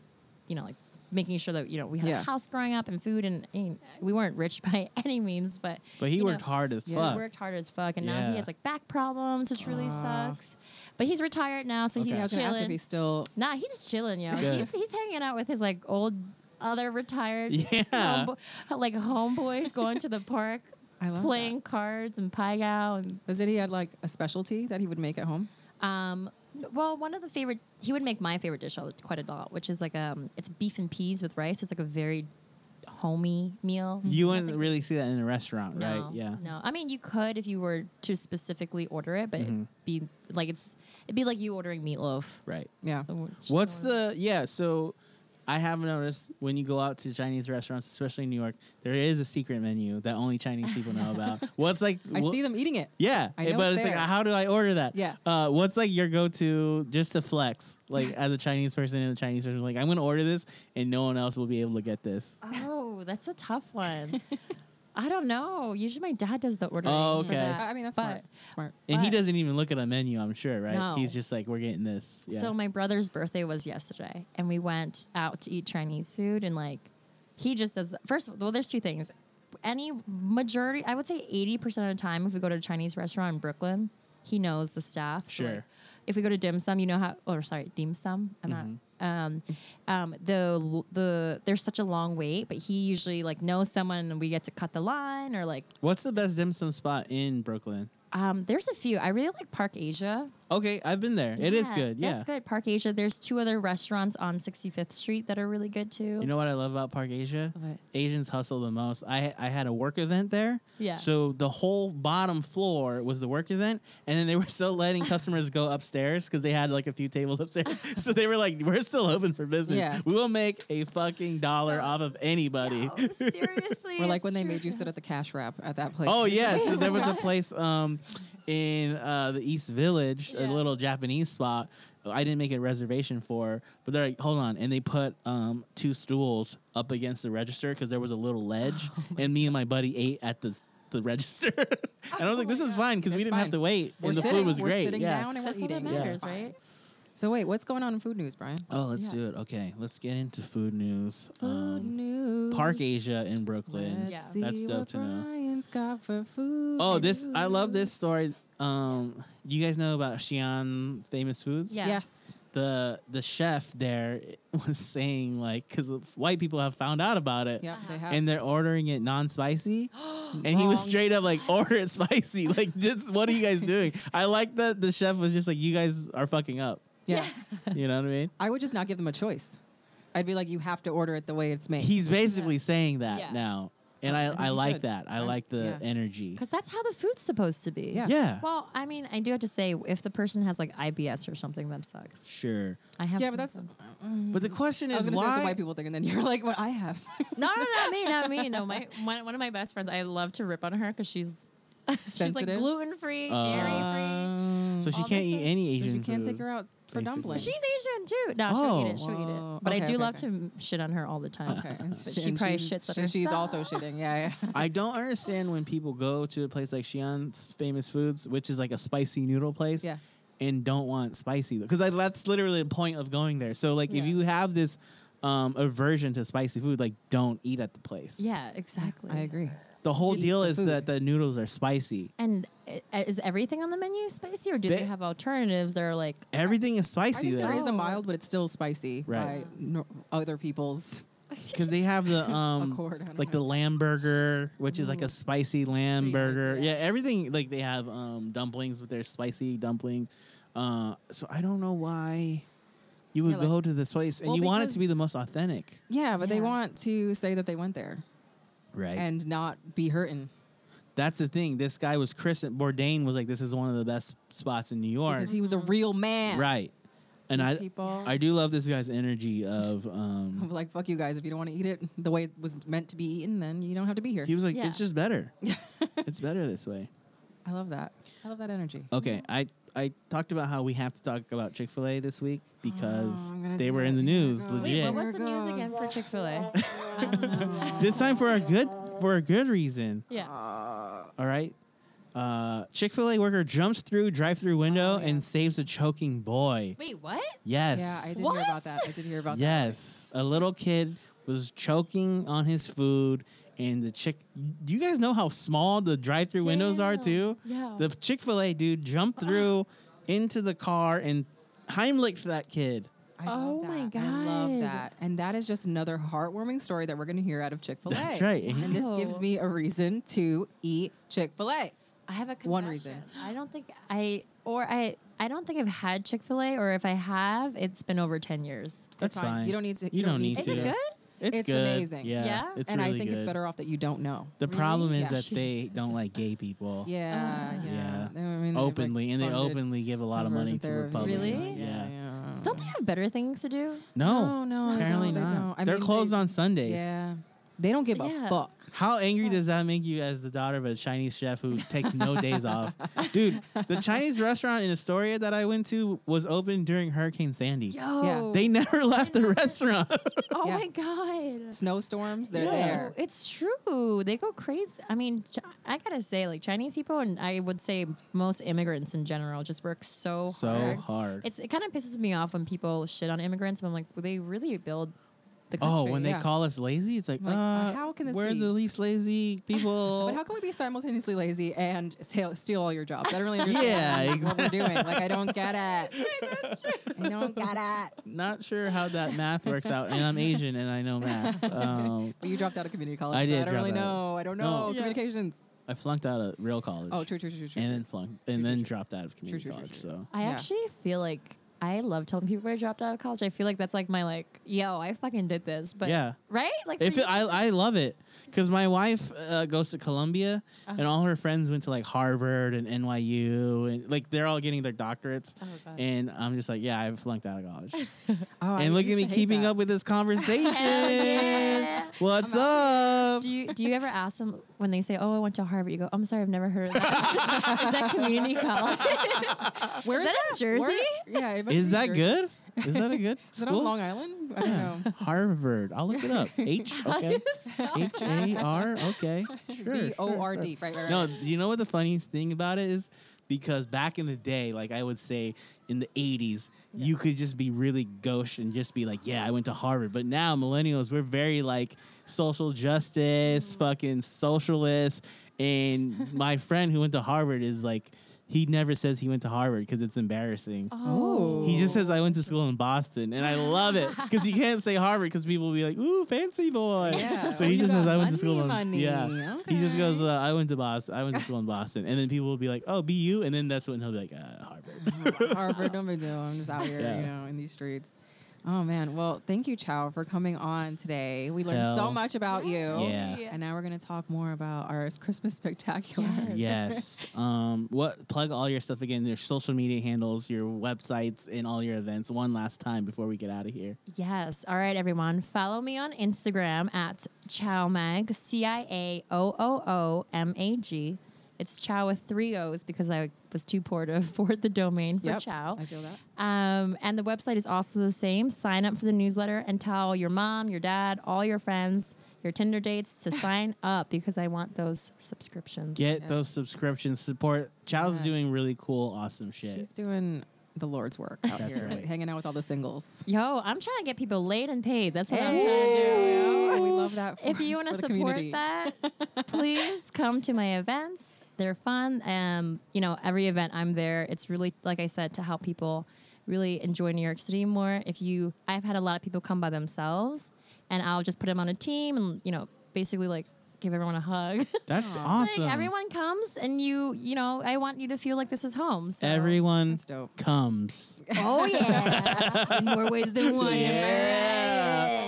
Speaker 3: you know, like making sure that you know we had
Speaker 2: Yeah.
Speaker 3: a house growing up and food, and I mean, we weren't rich by any means, but
Speaker 1: But he
Speaker 3: you know,
Speaker 1: worked hard as
Speaker 2: yeah, he
Speaker 1: fuck.
Speaker 3: he worked hard as fuck, and now
Speaker 1: Yeah.
Speaker 3: he has like back problems, which really sucks. But he's retired now, so
Speaker 1: Okay.
Speaker 2: Yeah, I
Speaker 3: he's
Speaker 2: was gonna ask if
Speaker 3: chilling.
Speaker 2: he's still.
Speaker 3: nah, he's chilling, yo.
Speaker 1: Good.
Speaker 3: He's, he's hanging out with his like old other retired,
Speaker 1: Yeah.
Speaker 3: homebo- like homeboys going to the park,
Speaker 2: I love that.
Speaker 3: playing cards and pie gow and
Speaker 2: Was it he had like a specialty that he would make at home?
Speaker 3: um, well, one of the favorite he would make my favorite dish all- quite a lot, which is like um, it's beef and peas with rice. It's like a very homey meal.
Speaker 1: You wouldn't
Speaker 3: Nothing-
Speaker 1: really see that in a restaurant,
Speaker 3: Mm-hmm. No,
Speaker 1: right? Yeah.
Speaker 3: No, I mean you could if you were to specifically order it, but
Speaker 1: Mm-hmm.
Speaker 3: it'd be like it's it'd be like you ordering meatloaf.
Speaker 1: Right.
Speaker 2: Yeah.
Speaker 3: which-
Speaker 1: What's the yeah? So I have noticed when you go out to Chinese restaurants, especially in New York, there is a secret menu that only Chinese people know about. What's like?
Speaker 2: I
Speaker 1: wha-
Speaker 2: see them eating it.
Speaker 1: Yeah, eh,
Speaker 2: I know
Speaker 1: but
Speaker 2: it's
Speaker 1: it's like,
Speaker 2: there.
Speaker 1: how do I order that?
Speaker 2: Yeah.
Speaker 1: Uh, what's like your go-to just to flex, like as a Chinese person in a Chinese restaurant? Like, I'm gonna order this, and no one else will be able to get this.
Speaker 3: Oh, that's a tough one. I don't know. Usually my dad does the ordering.
Speaker 1: Oh,
Speaker 3: for
Speaker 1: okay.
Speaker 3: that,
Speaker 2: I I mean, that's
Speaker 3: but-
Speaker 2: smart. Smart.
Speaker 1: And he
Speaker 3: But-
Speaker 1: doesn't even look at a menu, I'm sure, right?
Speaker 3: No.
Speaker 1: He's just like, we're getting this. Yeah.
Speaker 3: So my brother's birthday was yesterday, and we went out to eat Chinese food, and like, he just does. First, of all, well, there's two things. Any majority, I would say, eighty percent of the time, if we go to a Chinese restaurant in Brooklyn, he knows the staff. So, like,
Speaker 1: Sure.
Speaker 3: if we go to dim sum, you know how, or sorry, dim sum. I'm
Speaker 1: Mm-hmm.
Speaker 3: not. Um, um, the the there's such a long wait, but he usually like knows someone, and we get to cut the line, or like,
Speaker 1: what's the best dim sum spot in Brooklyn?
Speaker 3: um, there's a few. I really like Park Asia.
Speaker 1: Okay, I've been there. it is good. Yeah.
Speaker 3: That's good. Park Asia. There's two other restaurants on 65th Street that are really good too.
Speaker 1: You know what I love about Park Asia?
Speaker 3: What?
Speaker 1: Asians hustle the most. I I had a work event there.
Speaker 3: Yeah.
Speaker 1: So the whole bottom floor was the work event, and then they were still letting customers go upstairs because they had like a few tables upstairs. so they were like, "We're still open for business.
Speaker 2: Yeah.
Speaker 1: We will make a fucking dollar off of anybody."
Speaker 3: No,
Speaker 2: Oh,
Speaker 3: seriously.
Speaker 2: Or like
Speaker 3: it's
Speaker 2: when they
Speaker 3: true.
Speaker 2: made you sit at the cash wrap at that place.
Speaker 1: Oh yeah, so there was a place um in uh, the East Village, a
Speaker 3: Yeah.
Speaker 1: little Japanese spot. I didn't make a reservation for, but they're like, hold on, and they put um two stools up against the register because there was a little ledge, and me and my buddy ate at the the register, and I was like, this is fine because we
Speaker 2: Oh, It's
Speaker 1: didn't have
Speaker 2: fine.
Speaker 1: to wait,
Speaker 2: We're
Speaker 1: and the
Speaker 2: sitting-
Speaker 1: food was
Speaker 2: we're
Speaker 1: great.
Speaker 2: sitting
Speaker 1: yeah.
Speaker 2: down and we're
Speaker 3: That's all that
Speaker 2: eating.
Speaker 3: matters,
Speaker 2: It's fine.
Speaker 3: right?
Speaker 2: So wait, what's going on in food news, Brian?
Speaker 1: Oh, let's
Speaker 3: Yeah.
Speaker 1: do it. Okay, let's get into food news. Um,
Speaker 2: news.
Speaker 1: Park Asia in Brooklyn.
Speaker 2: Let's
Speaker 3: Yeah.
Speaker 2: see
Speaker 1: That's dope
Speaker 2: what
Speaker 1: to know.
Speaker 2: Brian's got for food.
Speaker 1: Oh, this I love this story. Um, you guys know about Xi'an famous foods?
Speaker 3: Yeah.
Speaker 2: Yes.
Speaker 1: the the chef there was saying like because white people have found out about it
Speaker 2: Yeah,
Speaker 3: Uh-huh.
Speaker 2: they have.
Speaker 1: and they're ordering it non-spicy and he was
Speaker 3: Wrong.
Speaker 1: straight up like order it spicy like this what are you guys doing i like that the chef was just like you guys are fucking up
Speaker 2: yeah.
Speaker 1: you know what i mean
Speaker 2: I would just not give them a choice. I'd be like, you have to order it the way it's made.
Speaker 1: he's basically saying that
Speaker 3: Yeah.
Speaker 1: now and
Speaker 2: I think
Speaker 1: i, I
Speaker 2: you
Speaker 1: like
Speaker 2: should.
Speaker 1: that i
Speaker 2: I-
Speaker 1: like the
Speaker 2: yeah.
Speaker 1: energy
Speaker 3: Because that's how the food's supposed to be.
Speaker 2: Yeah.
Speaker 1: yeah
Speaker 3: Well, I mean, I do have to say, if the person has like IBS or something, that sucks.
Speaker 1: sure
Speaker 3: I have.
Speaker 2: yeah, but that's
Speaker 3: something.
Speaker 1: but the question
Speaker 2: mm. I was
Speaker 1: is
Speaker 2: gonna say it's a
Speaker 1: why
Speaker 2: white people thing, and then you're like, what I have.
Speaker 3: no, no, not me, not me. No, my one, one of my best friends. I love to rip on her because she's she's like
Speaker 2: Sensitive?
Speaker 3: gluten free,
Speaker 1: Uh,
Speaker 3: dairy
Speaker 1: so she
Speaker 3: all
Speaker 1: can't
Speaker 3: this
Speaker 1: eat
Speaker 3: stuff.
Speaker 1: any
Speaker 2: so
Speaker 1: asian
Speaker 2: you can't take
Speaker 1: food.
Speaker 2: her out for
Speaker 1: basically.
Speaker 3: free.
Speaker 2: dumplings.
Speaker 3: She's Asian too. No, she'll eat it. She'll eat
Speaker 2: Oh.
Speaker 3: it. But I
Speaker 2: Okay,
Speaker 3: do
Speaker 2: okay,
Speaker 3: love
Speaker 2: okay.
Speaker 3: to shit on her all the time.
Speaker 2: Okay.
Speaker 3: But she probably shits on
Speaker 2: she- She's
Speaker 3: herself.
Speaker 2: also shitting. Yeah, yeah.
Speaker 1: I don't understand when people go to a place like Xi'an's Famous Foods, which is like a spicy noodle place,
Speaker 2: Yeah.
Speaker 1: and don't want spicy because that's literally the point of going there. So like, if
Speaker 3: Yeah.
Speaker 1: you have this um, aversion to spicy food, like don't eat at the place.
Speaker 3: Yeah, exactly.
Speaker 2: I agree.
Speaker 1: The whole
Speaker 2: Eat
Speaker 1: deal
Speaker 2: the
Speaker 1: is
Speaker 2: food.
Speaker 1: that the noodles are spicy.
Speaker 3: And i- is everything on the menu spicy, or do they,
Speaker 1: They-
Speaker 3: have alternatives that are like?
Speaker 1: Everything is
Speaker 2: I
Speaker 1: spicy
Speaker 2: think there
Speaker 1: there
Speaker 2: is a
Speaker 3: Oh.
Speaker 2: mild, but it's still spicy
Speaker 1: Right.
Speaker 2: by no- other people's.
Speaker 1: because they have the um
Speaker 2: Accord, I don't
Speaker 1: like
Speaker 2: know.
Speaker 1: the lamb burger, which is like a spicy lamb
Speaker 3: pretty
Speaker 1: burger.
Speaker 3: spicy,
Speaker 1: yeah.
Speaker 3: yeah.
Speaker 1: everything like they have um dumplings with their spicy dumplings. Uh, so I don't know why you would
Speaker 2: Yeah, like-
Speaker 1: go to this place and
Speaker 2: Well,
Speaker 1: you want it to
Speaker 2: because-
Speaker 1: be the most authentic,
Speaker 2: Yeah, but they
Speaker 3: Yeah.
Speaker 2: want to say that they went there
Speaker 1: right? And
Speaker 2: and not be hurting
Speaker 1: that's the thing. This guy was christened. Bourdain was like, this is one of the best spots in New York,
Speaker 2: because he was a real man.
Speaker 1: right? And
Speaker 2: These
Speaker 1: I
Speaker 2: people-
Speaker 1: I do love this guy's energy of um.
Speaker 2: I'm like, fuck you guys. If you don't want to eat it the way it was meant to be eaten, then you don't have to be here.
Speaker 1: He was like,
Speaker 3: Yeah.
Speaker 1: it's just better. it's better this way. Oh,
Speaker 2: I love that. I love that energy.
Speaker 1: Okay, I I talked about how we have to talk about Chick Fil A this week because
Speaker 2: Oh, I'm gonna
Speaker 1: they
Speaker 2: do
Speaker 1: were
Speaker 2: it.
Speaker 1: in the news,
Speaker 2: Here it goes.
Speaker 3: Wait,
Speaker 1: legit.
Speaker 3: what was the
Speaker 2: There it
Speaker 3: news again
Speaker 2: goes.
Speaker 3: for Chick Fil A?
Speaker 1: this time for a good for a good reason.
Speaker 3: Yeah.
Speaker 1: All right. Uh, Chick Fil A worker jumps through drive-through window
Speaker 2: Oh, yeah.
Speaker 1: and saves a choking boy.
Speaker 3: Wait, what?
Speaker 1: Yes.
Speaker 2: Yeah, I did hear
Speaker 3: What?
Speaker 2: about that. I did hear about
Speaker 1: Yes, a little kid was choking on his food, and the chick. Do you guys know how small the drive-through windows are
Speaker 3: Damn.
Speaker 1: too?
Speaker 3: Yeah.
Speaker 1: The Chick Fil A dude jumped through into the car and Heimlicked that kid.
Speaker 2: that. I love
Speaker 3: Oh my
Speaker 2: that. I love
Speaker 3: God.
Speaker 2: that. And that is just another heartwarming story that we're going to hear out of Chick Fil A.
Speaker 1: That's right.
Speaker 2: And this gives
Speaker 3: Wow.
Speaker 2: me a reason to eat Chick Fil A.
Speaker 3: I have a confession.
Speaker 2: One reason.
Speaker 3: I don't think I or I I don't think I've had Chick Fil A, or if I have, it's been over ten years.
Speaker 1: That's
Speaker 2: It's fine. You don't need to-
Speaker 1: You,
Speaker 2: you
Speaker 1: don't,
Speaker 2: don't need
Speaker 1: need
Speaker 3: Is
Speaker 1: to.
Speaker 3: it good?
Speaker 1: It's,
Speaker 2: It's
Speaker 1: good.
Speaker 2: amazing.
Speaker 1: Yeah.
Speaker 3: Yeah?
Speaker 1: It's
Speaker 2: and
Speaker 1: really
Speaker 2: I think it's
Speaker 1: good.
Speaker 2: better off that you don't know.
Speaker 1: The problem is
Speaker 3: Yeah.
Speaker 1: that they don't like gay people.
Speaker 2: Yeah, yeah.
Speaker 1: Yeah.
Speaker 2: They- I mean, they've, like,
Speaker 1: openly, and they
Speaker 2: funded
Speaker 1: openly give a lot of money
Speaker 2: conversion
Speaker 1: to
Speaker 2: therapy.
Speaker 1: Republicans.
Speaker 3: Really?
Speaker 1: Yeah.
Speaker 2: yeah.
Speaker 3: Don't they have better things to do?
Speaker 1: No,
Speaker 2: No, no, they
Speaker 1: apparently
Speaker 2: don't, they
Speaker 1: not.
Speaker 2: don't. I
Speaker 1: are
Speaker 2: mean,
Speaker 1: closed
Speaker 2: they-
Speaker 1: on Sundays.
Speaker 2: Yeah. They don't give
Speaker 3: Yeah.
Speaker 2: a fuck.
Speaker 1: How angry does that make you as the daughter of a Chinese chef who takes no days off? Dude, the Chinese restaurant in Astoria that I went to was open during Hurricane Sandy.
Speaker 3: Yo.
Speaker 1: They never left the restaurant.
Speaker 3: Oh
Speaker 2: Yeah.
Speaker 3: my god.
Speaker 2: Snowstorms, they're
Speaker 1: Yeah.
Speaker 2: there.
Speaker 3: No, It's true. They go crazy. I mean, Ch- I gotta say, like Chinese people, and I would say most immigrants in general, just work so
Speaker 1: so
Speaker 3: hard.
Speaker 1: hard.
Speaker 3: It's it kind of pisses me off when people shit on immigrants. But I'm like, well, they really build the country.
Speaker 1: Oh, when they
Speaker 2: yeah.
Speaker 1: call us lazy, it's like,
Speaker 2: Like,
Speaker 1: uh,
Speaker 2: how can this
Speaker 1: we're
Speaker 2: be?
Speaker 1: the least lazy people.
Speaker 2: But how can we be simultaneously lazy and steal, steal all your jobs? I don't really understand
Speaker 1: Yeah,
Speaker 2: what we're doing. Like, I don't get it. I don't get it.
Speaker 1: Not sure how that math works out, and I'm Asian and I know math. Um,
Speaker 2: But you dropped out of community college.
Speaker 1: I
Speaker 2: so
Speaker 1: did
Speaker 2: I don't
Speaker 1: drop
Speaker 2: really
Speaker 1: out.
Speaker 2: know. I don't
Speaker 1: No.
Speaker 2: know.
Speaker 3: Yeah.
Speaker 2: Communications.
Speaker 1: I flunked out of real college.
Speaker 2: Oh, true, true, true, true, true.
Speaker 1: And then flunked, and
Speaker 2: True,
Speaker 1: then
Speaker 2: true, true.
Speaker 1: dropped out of community
Speaker 2: true, true,
Speaker 1: college.
Speaker 2: true.
Speaker 1: So
Speaker 3: I
Speaker 2: Yeah.
Speaker 3: actually feel like I love telling people I dropped out of college. I feel like that's like my like, yo, I fucking did this. But
Speaker 1: Yeah.
Speaker 3: right? Like
Speaker 1: If
Speaker 3: for
Speaker 1: it, I I love it because my wife uh, goes to Columbia
Speaker 2: Uh-huh.
Speaker 1: and all her friends went to like Harvard and NYU and like they're all getting their doctorates
Speaker 3: God.
Speaker 1: and I'm just like yeah I flunked out of college
Speaker 2: Oh, I
Speaker 1: and look at
Speaker 2: used
Speaker 1: me
Speaker 2: to hate
Speaker 1: keeping
Speaker 2: that.
Speaker 1: up with this conversation.
Speaker 3: yeah.
Speaker 1: What's up?
Speaker 3: do you do you ever ask them when they say, "Oh, I went to Harvard"? You go, "I'm sorry, I've never heard of that." Is that community college?
Speaker 2: Where
Speaker 3: Is
Speaker 2: is
Speaker 3: that in
Speaker 2: Where-
Speaker 3: Jersey?
Speaker 2: yeah. it must
Speaker 1: Is
Speaker 2: be
Speaker 1: that
Speaker 2: Jersey.
Speaker 1: good? Is that a good
Speaker 2: Is it on
Speaker 1: school?
Speaker 2: Long Island? I don't know.
Speaker 1: Harvard. I'll look it up. H okay. H A R okay. Sure.
Speaker 2: B
Speaker 1: sure,
Speaker 2: O
Speaker 1: sure.
Speaker 2: R D. Right, right,
Speaker 1: No,
Speaker 2: right.
Speaker 1: you know what the funniest thing about it is? Because back in the day, like I would say in the 80s, you could just be really gauche and just be like, yeah, I went to Harvard. But now, millennials, we're very like social
Speaker 2: Mm.
Speaker 1: justice, fucking socialist. And my friend who went to Harvard is like, he never says he went to Harvard because it's embarrassing.
Speaker 2: Oh.
Speaker 1: He just says I went to school in Boston, and I love it because he can't say Harvard because people will be like, "Ooh, fancy boy."
Speaker 2: Yeah.
Speaker 1: So
Speaker 2: Oh,
Speaker 1: he
Speaker 2: you
Speaker 1: just
Speaker 2: got
Speaker 1: says I went to school in
Speaker 2: money,
Speaker 1: yeah.
Speaker 2: money.
Speaker 1: He just goes, uh, "I went to Boston. I went to school in Boston," and then people will be like, "Oh, BU," and then that's when he'll be like, uh, "Harvard."
Speaker 2: Harvard, no big deal. I'm just out here,
Speaker 1: Yeah.
Speaker 2: you know, in these streets. Oh man. Well, thank you, Chow, for coming on today. We learned
Speaker 1: Hell.
Speaker 2: so much about you.
Speaker 1: Yeah.
Speaker 3: Yeah.
Speaker 2: And now we're gonna talk more about our Christmas spectacular.
Speaker 3: Yes.
Speaker 1: yes. Um. What? Plug all your stuff again. Your social media handles, your websites, and all your events one last time before we get out of here.
Speaker 3: Yes. All right, everyone. Follow me on Instagram at ChowMag, C I A O O O M A G. It's Chow with three O's because I was too poor to afford the domain for
Speaker 2: Yep,
Speaker 3: Chow.
Speaker 2: I feel that.
Speaker 3: Um, and the website is also the same. Sign up for the newsletter and tell your mom, your dad, all your friends, your Tinder dates to sign up because I want those subscriptions.
Speaker 1: Get
Speaker 2: Yes.
Speaker 1: those subscriptions. Support. Chow's
Speaker 2: Yes.
Speaker 1: doing really cool, awesome shit.
Speaker 2: She's doing the Lord's work out
Speaker 1: That's
Speaker 2: here,
Speaker 1: right.
Speaker 2: like, hanging out with all the singles.
Speaker 3: Yo, I'm trying to get people laid and paid. That's what I'm trying to do.
Speaker 2: Hey, we love that.
Speaker 3: if you want
Speaker 2: want
Speaker 3: to support that, please come to my events. They're fun. Um, you know, every event I'm there. It's really like I said to help people really enjoy New York City more. If you, I've had a lot of people come by themselves, and I'll just put them on a team, and you know, basically like give everyone a hug.
Speaker 1: That's
Speaker 3: Like,
Speaker 1: awesome.
Speaker 3: everyone comes, and you, you know, I want you to feel like this is home. So.
Speaker 1: Everyone
Speaker 2: That's dope.
Speaker 1: comes.
Speaker 3: Oh yeah.
Speaker 2: in more ways than one.
Speaker 1: Yeah.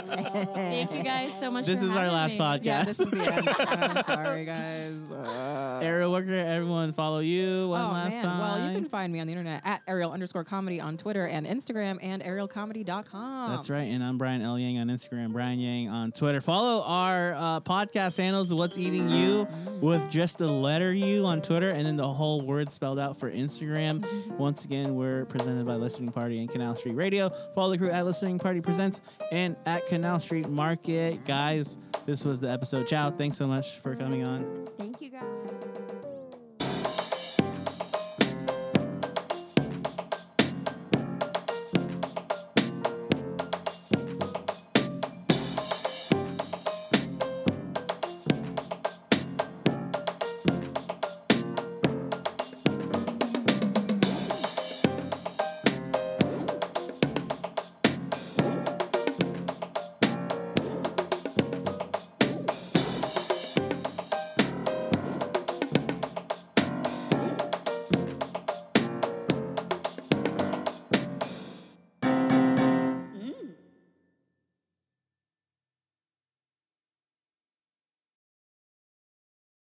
Speaker 3: Thank you guys so much.
Speaker 1: This
Speaker 3: for
Speaker 1: is our
Speaker 3: having
Speaker 1: last
Speaker 3: me.
Speaker 1: podcast.
Speaker 2: Yeah, this is the end. I'm sorry, guys. Uh,
Speaker 1: Ariel Worker, everyone follow you one
Speaker 2: oh,
Speaker 1: last
Speaker 2: man.
Speaker 1: time.
Speaker 2: Well, you can find me on the internet at Ariel underscore comedy on Twitter and Instagram and arielcomedy.com.
Speaker 1: That's right. And I'm Brian L. Yang on Instagram, Brian Yang on Twitter. Follow our uh, podcast handles, What's Eating You, with just the letter U on Twitter and then the whole word spelled out for Instagram. Once again, we're presented by Listening Party and Canal Street Radio. Follow the crew at Listening Party Presents and at Canal Street Market. Guys, this was the episode. Ciao. Thanks so much for coming on.
Speaker 3: Thank you guys.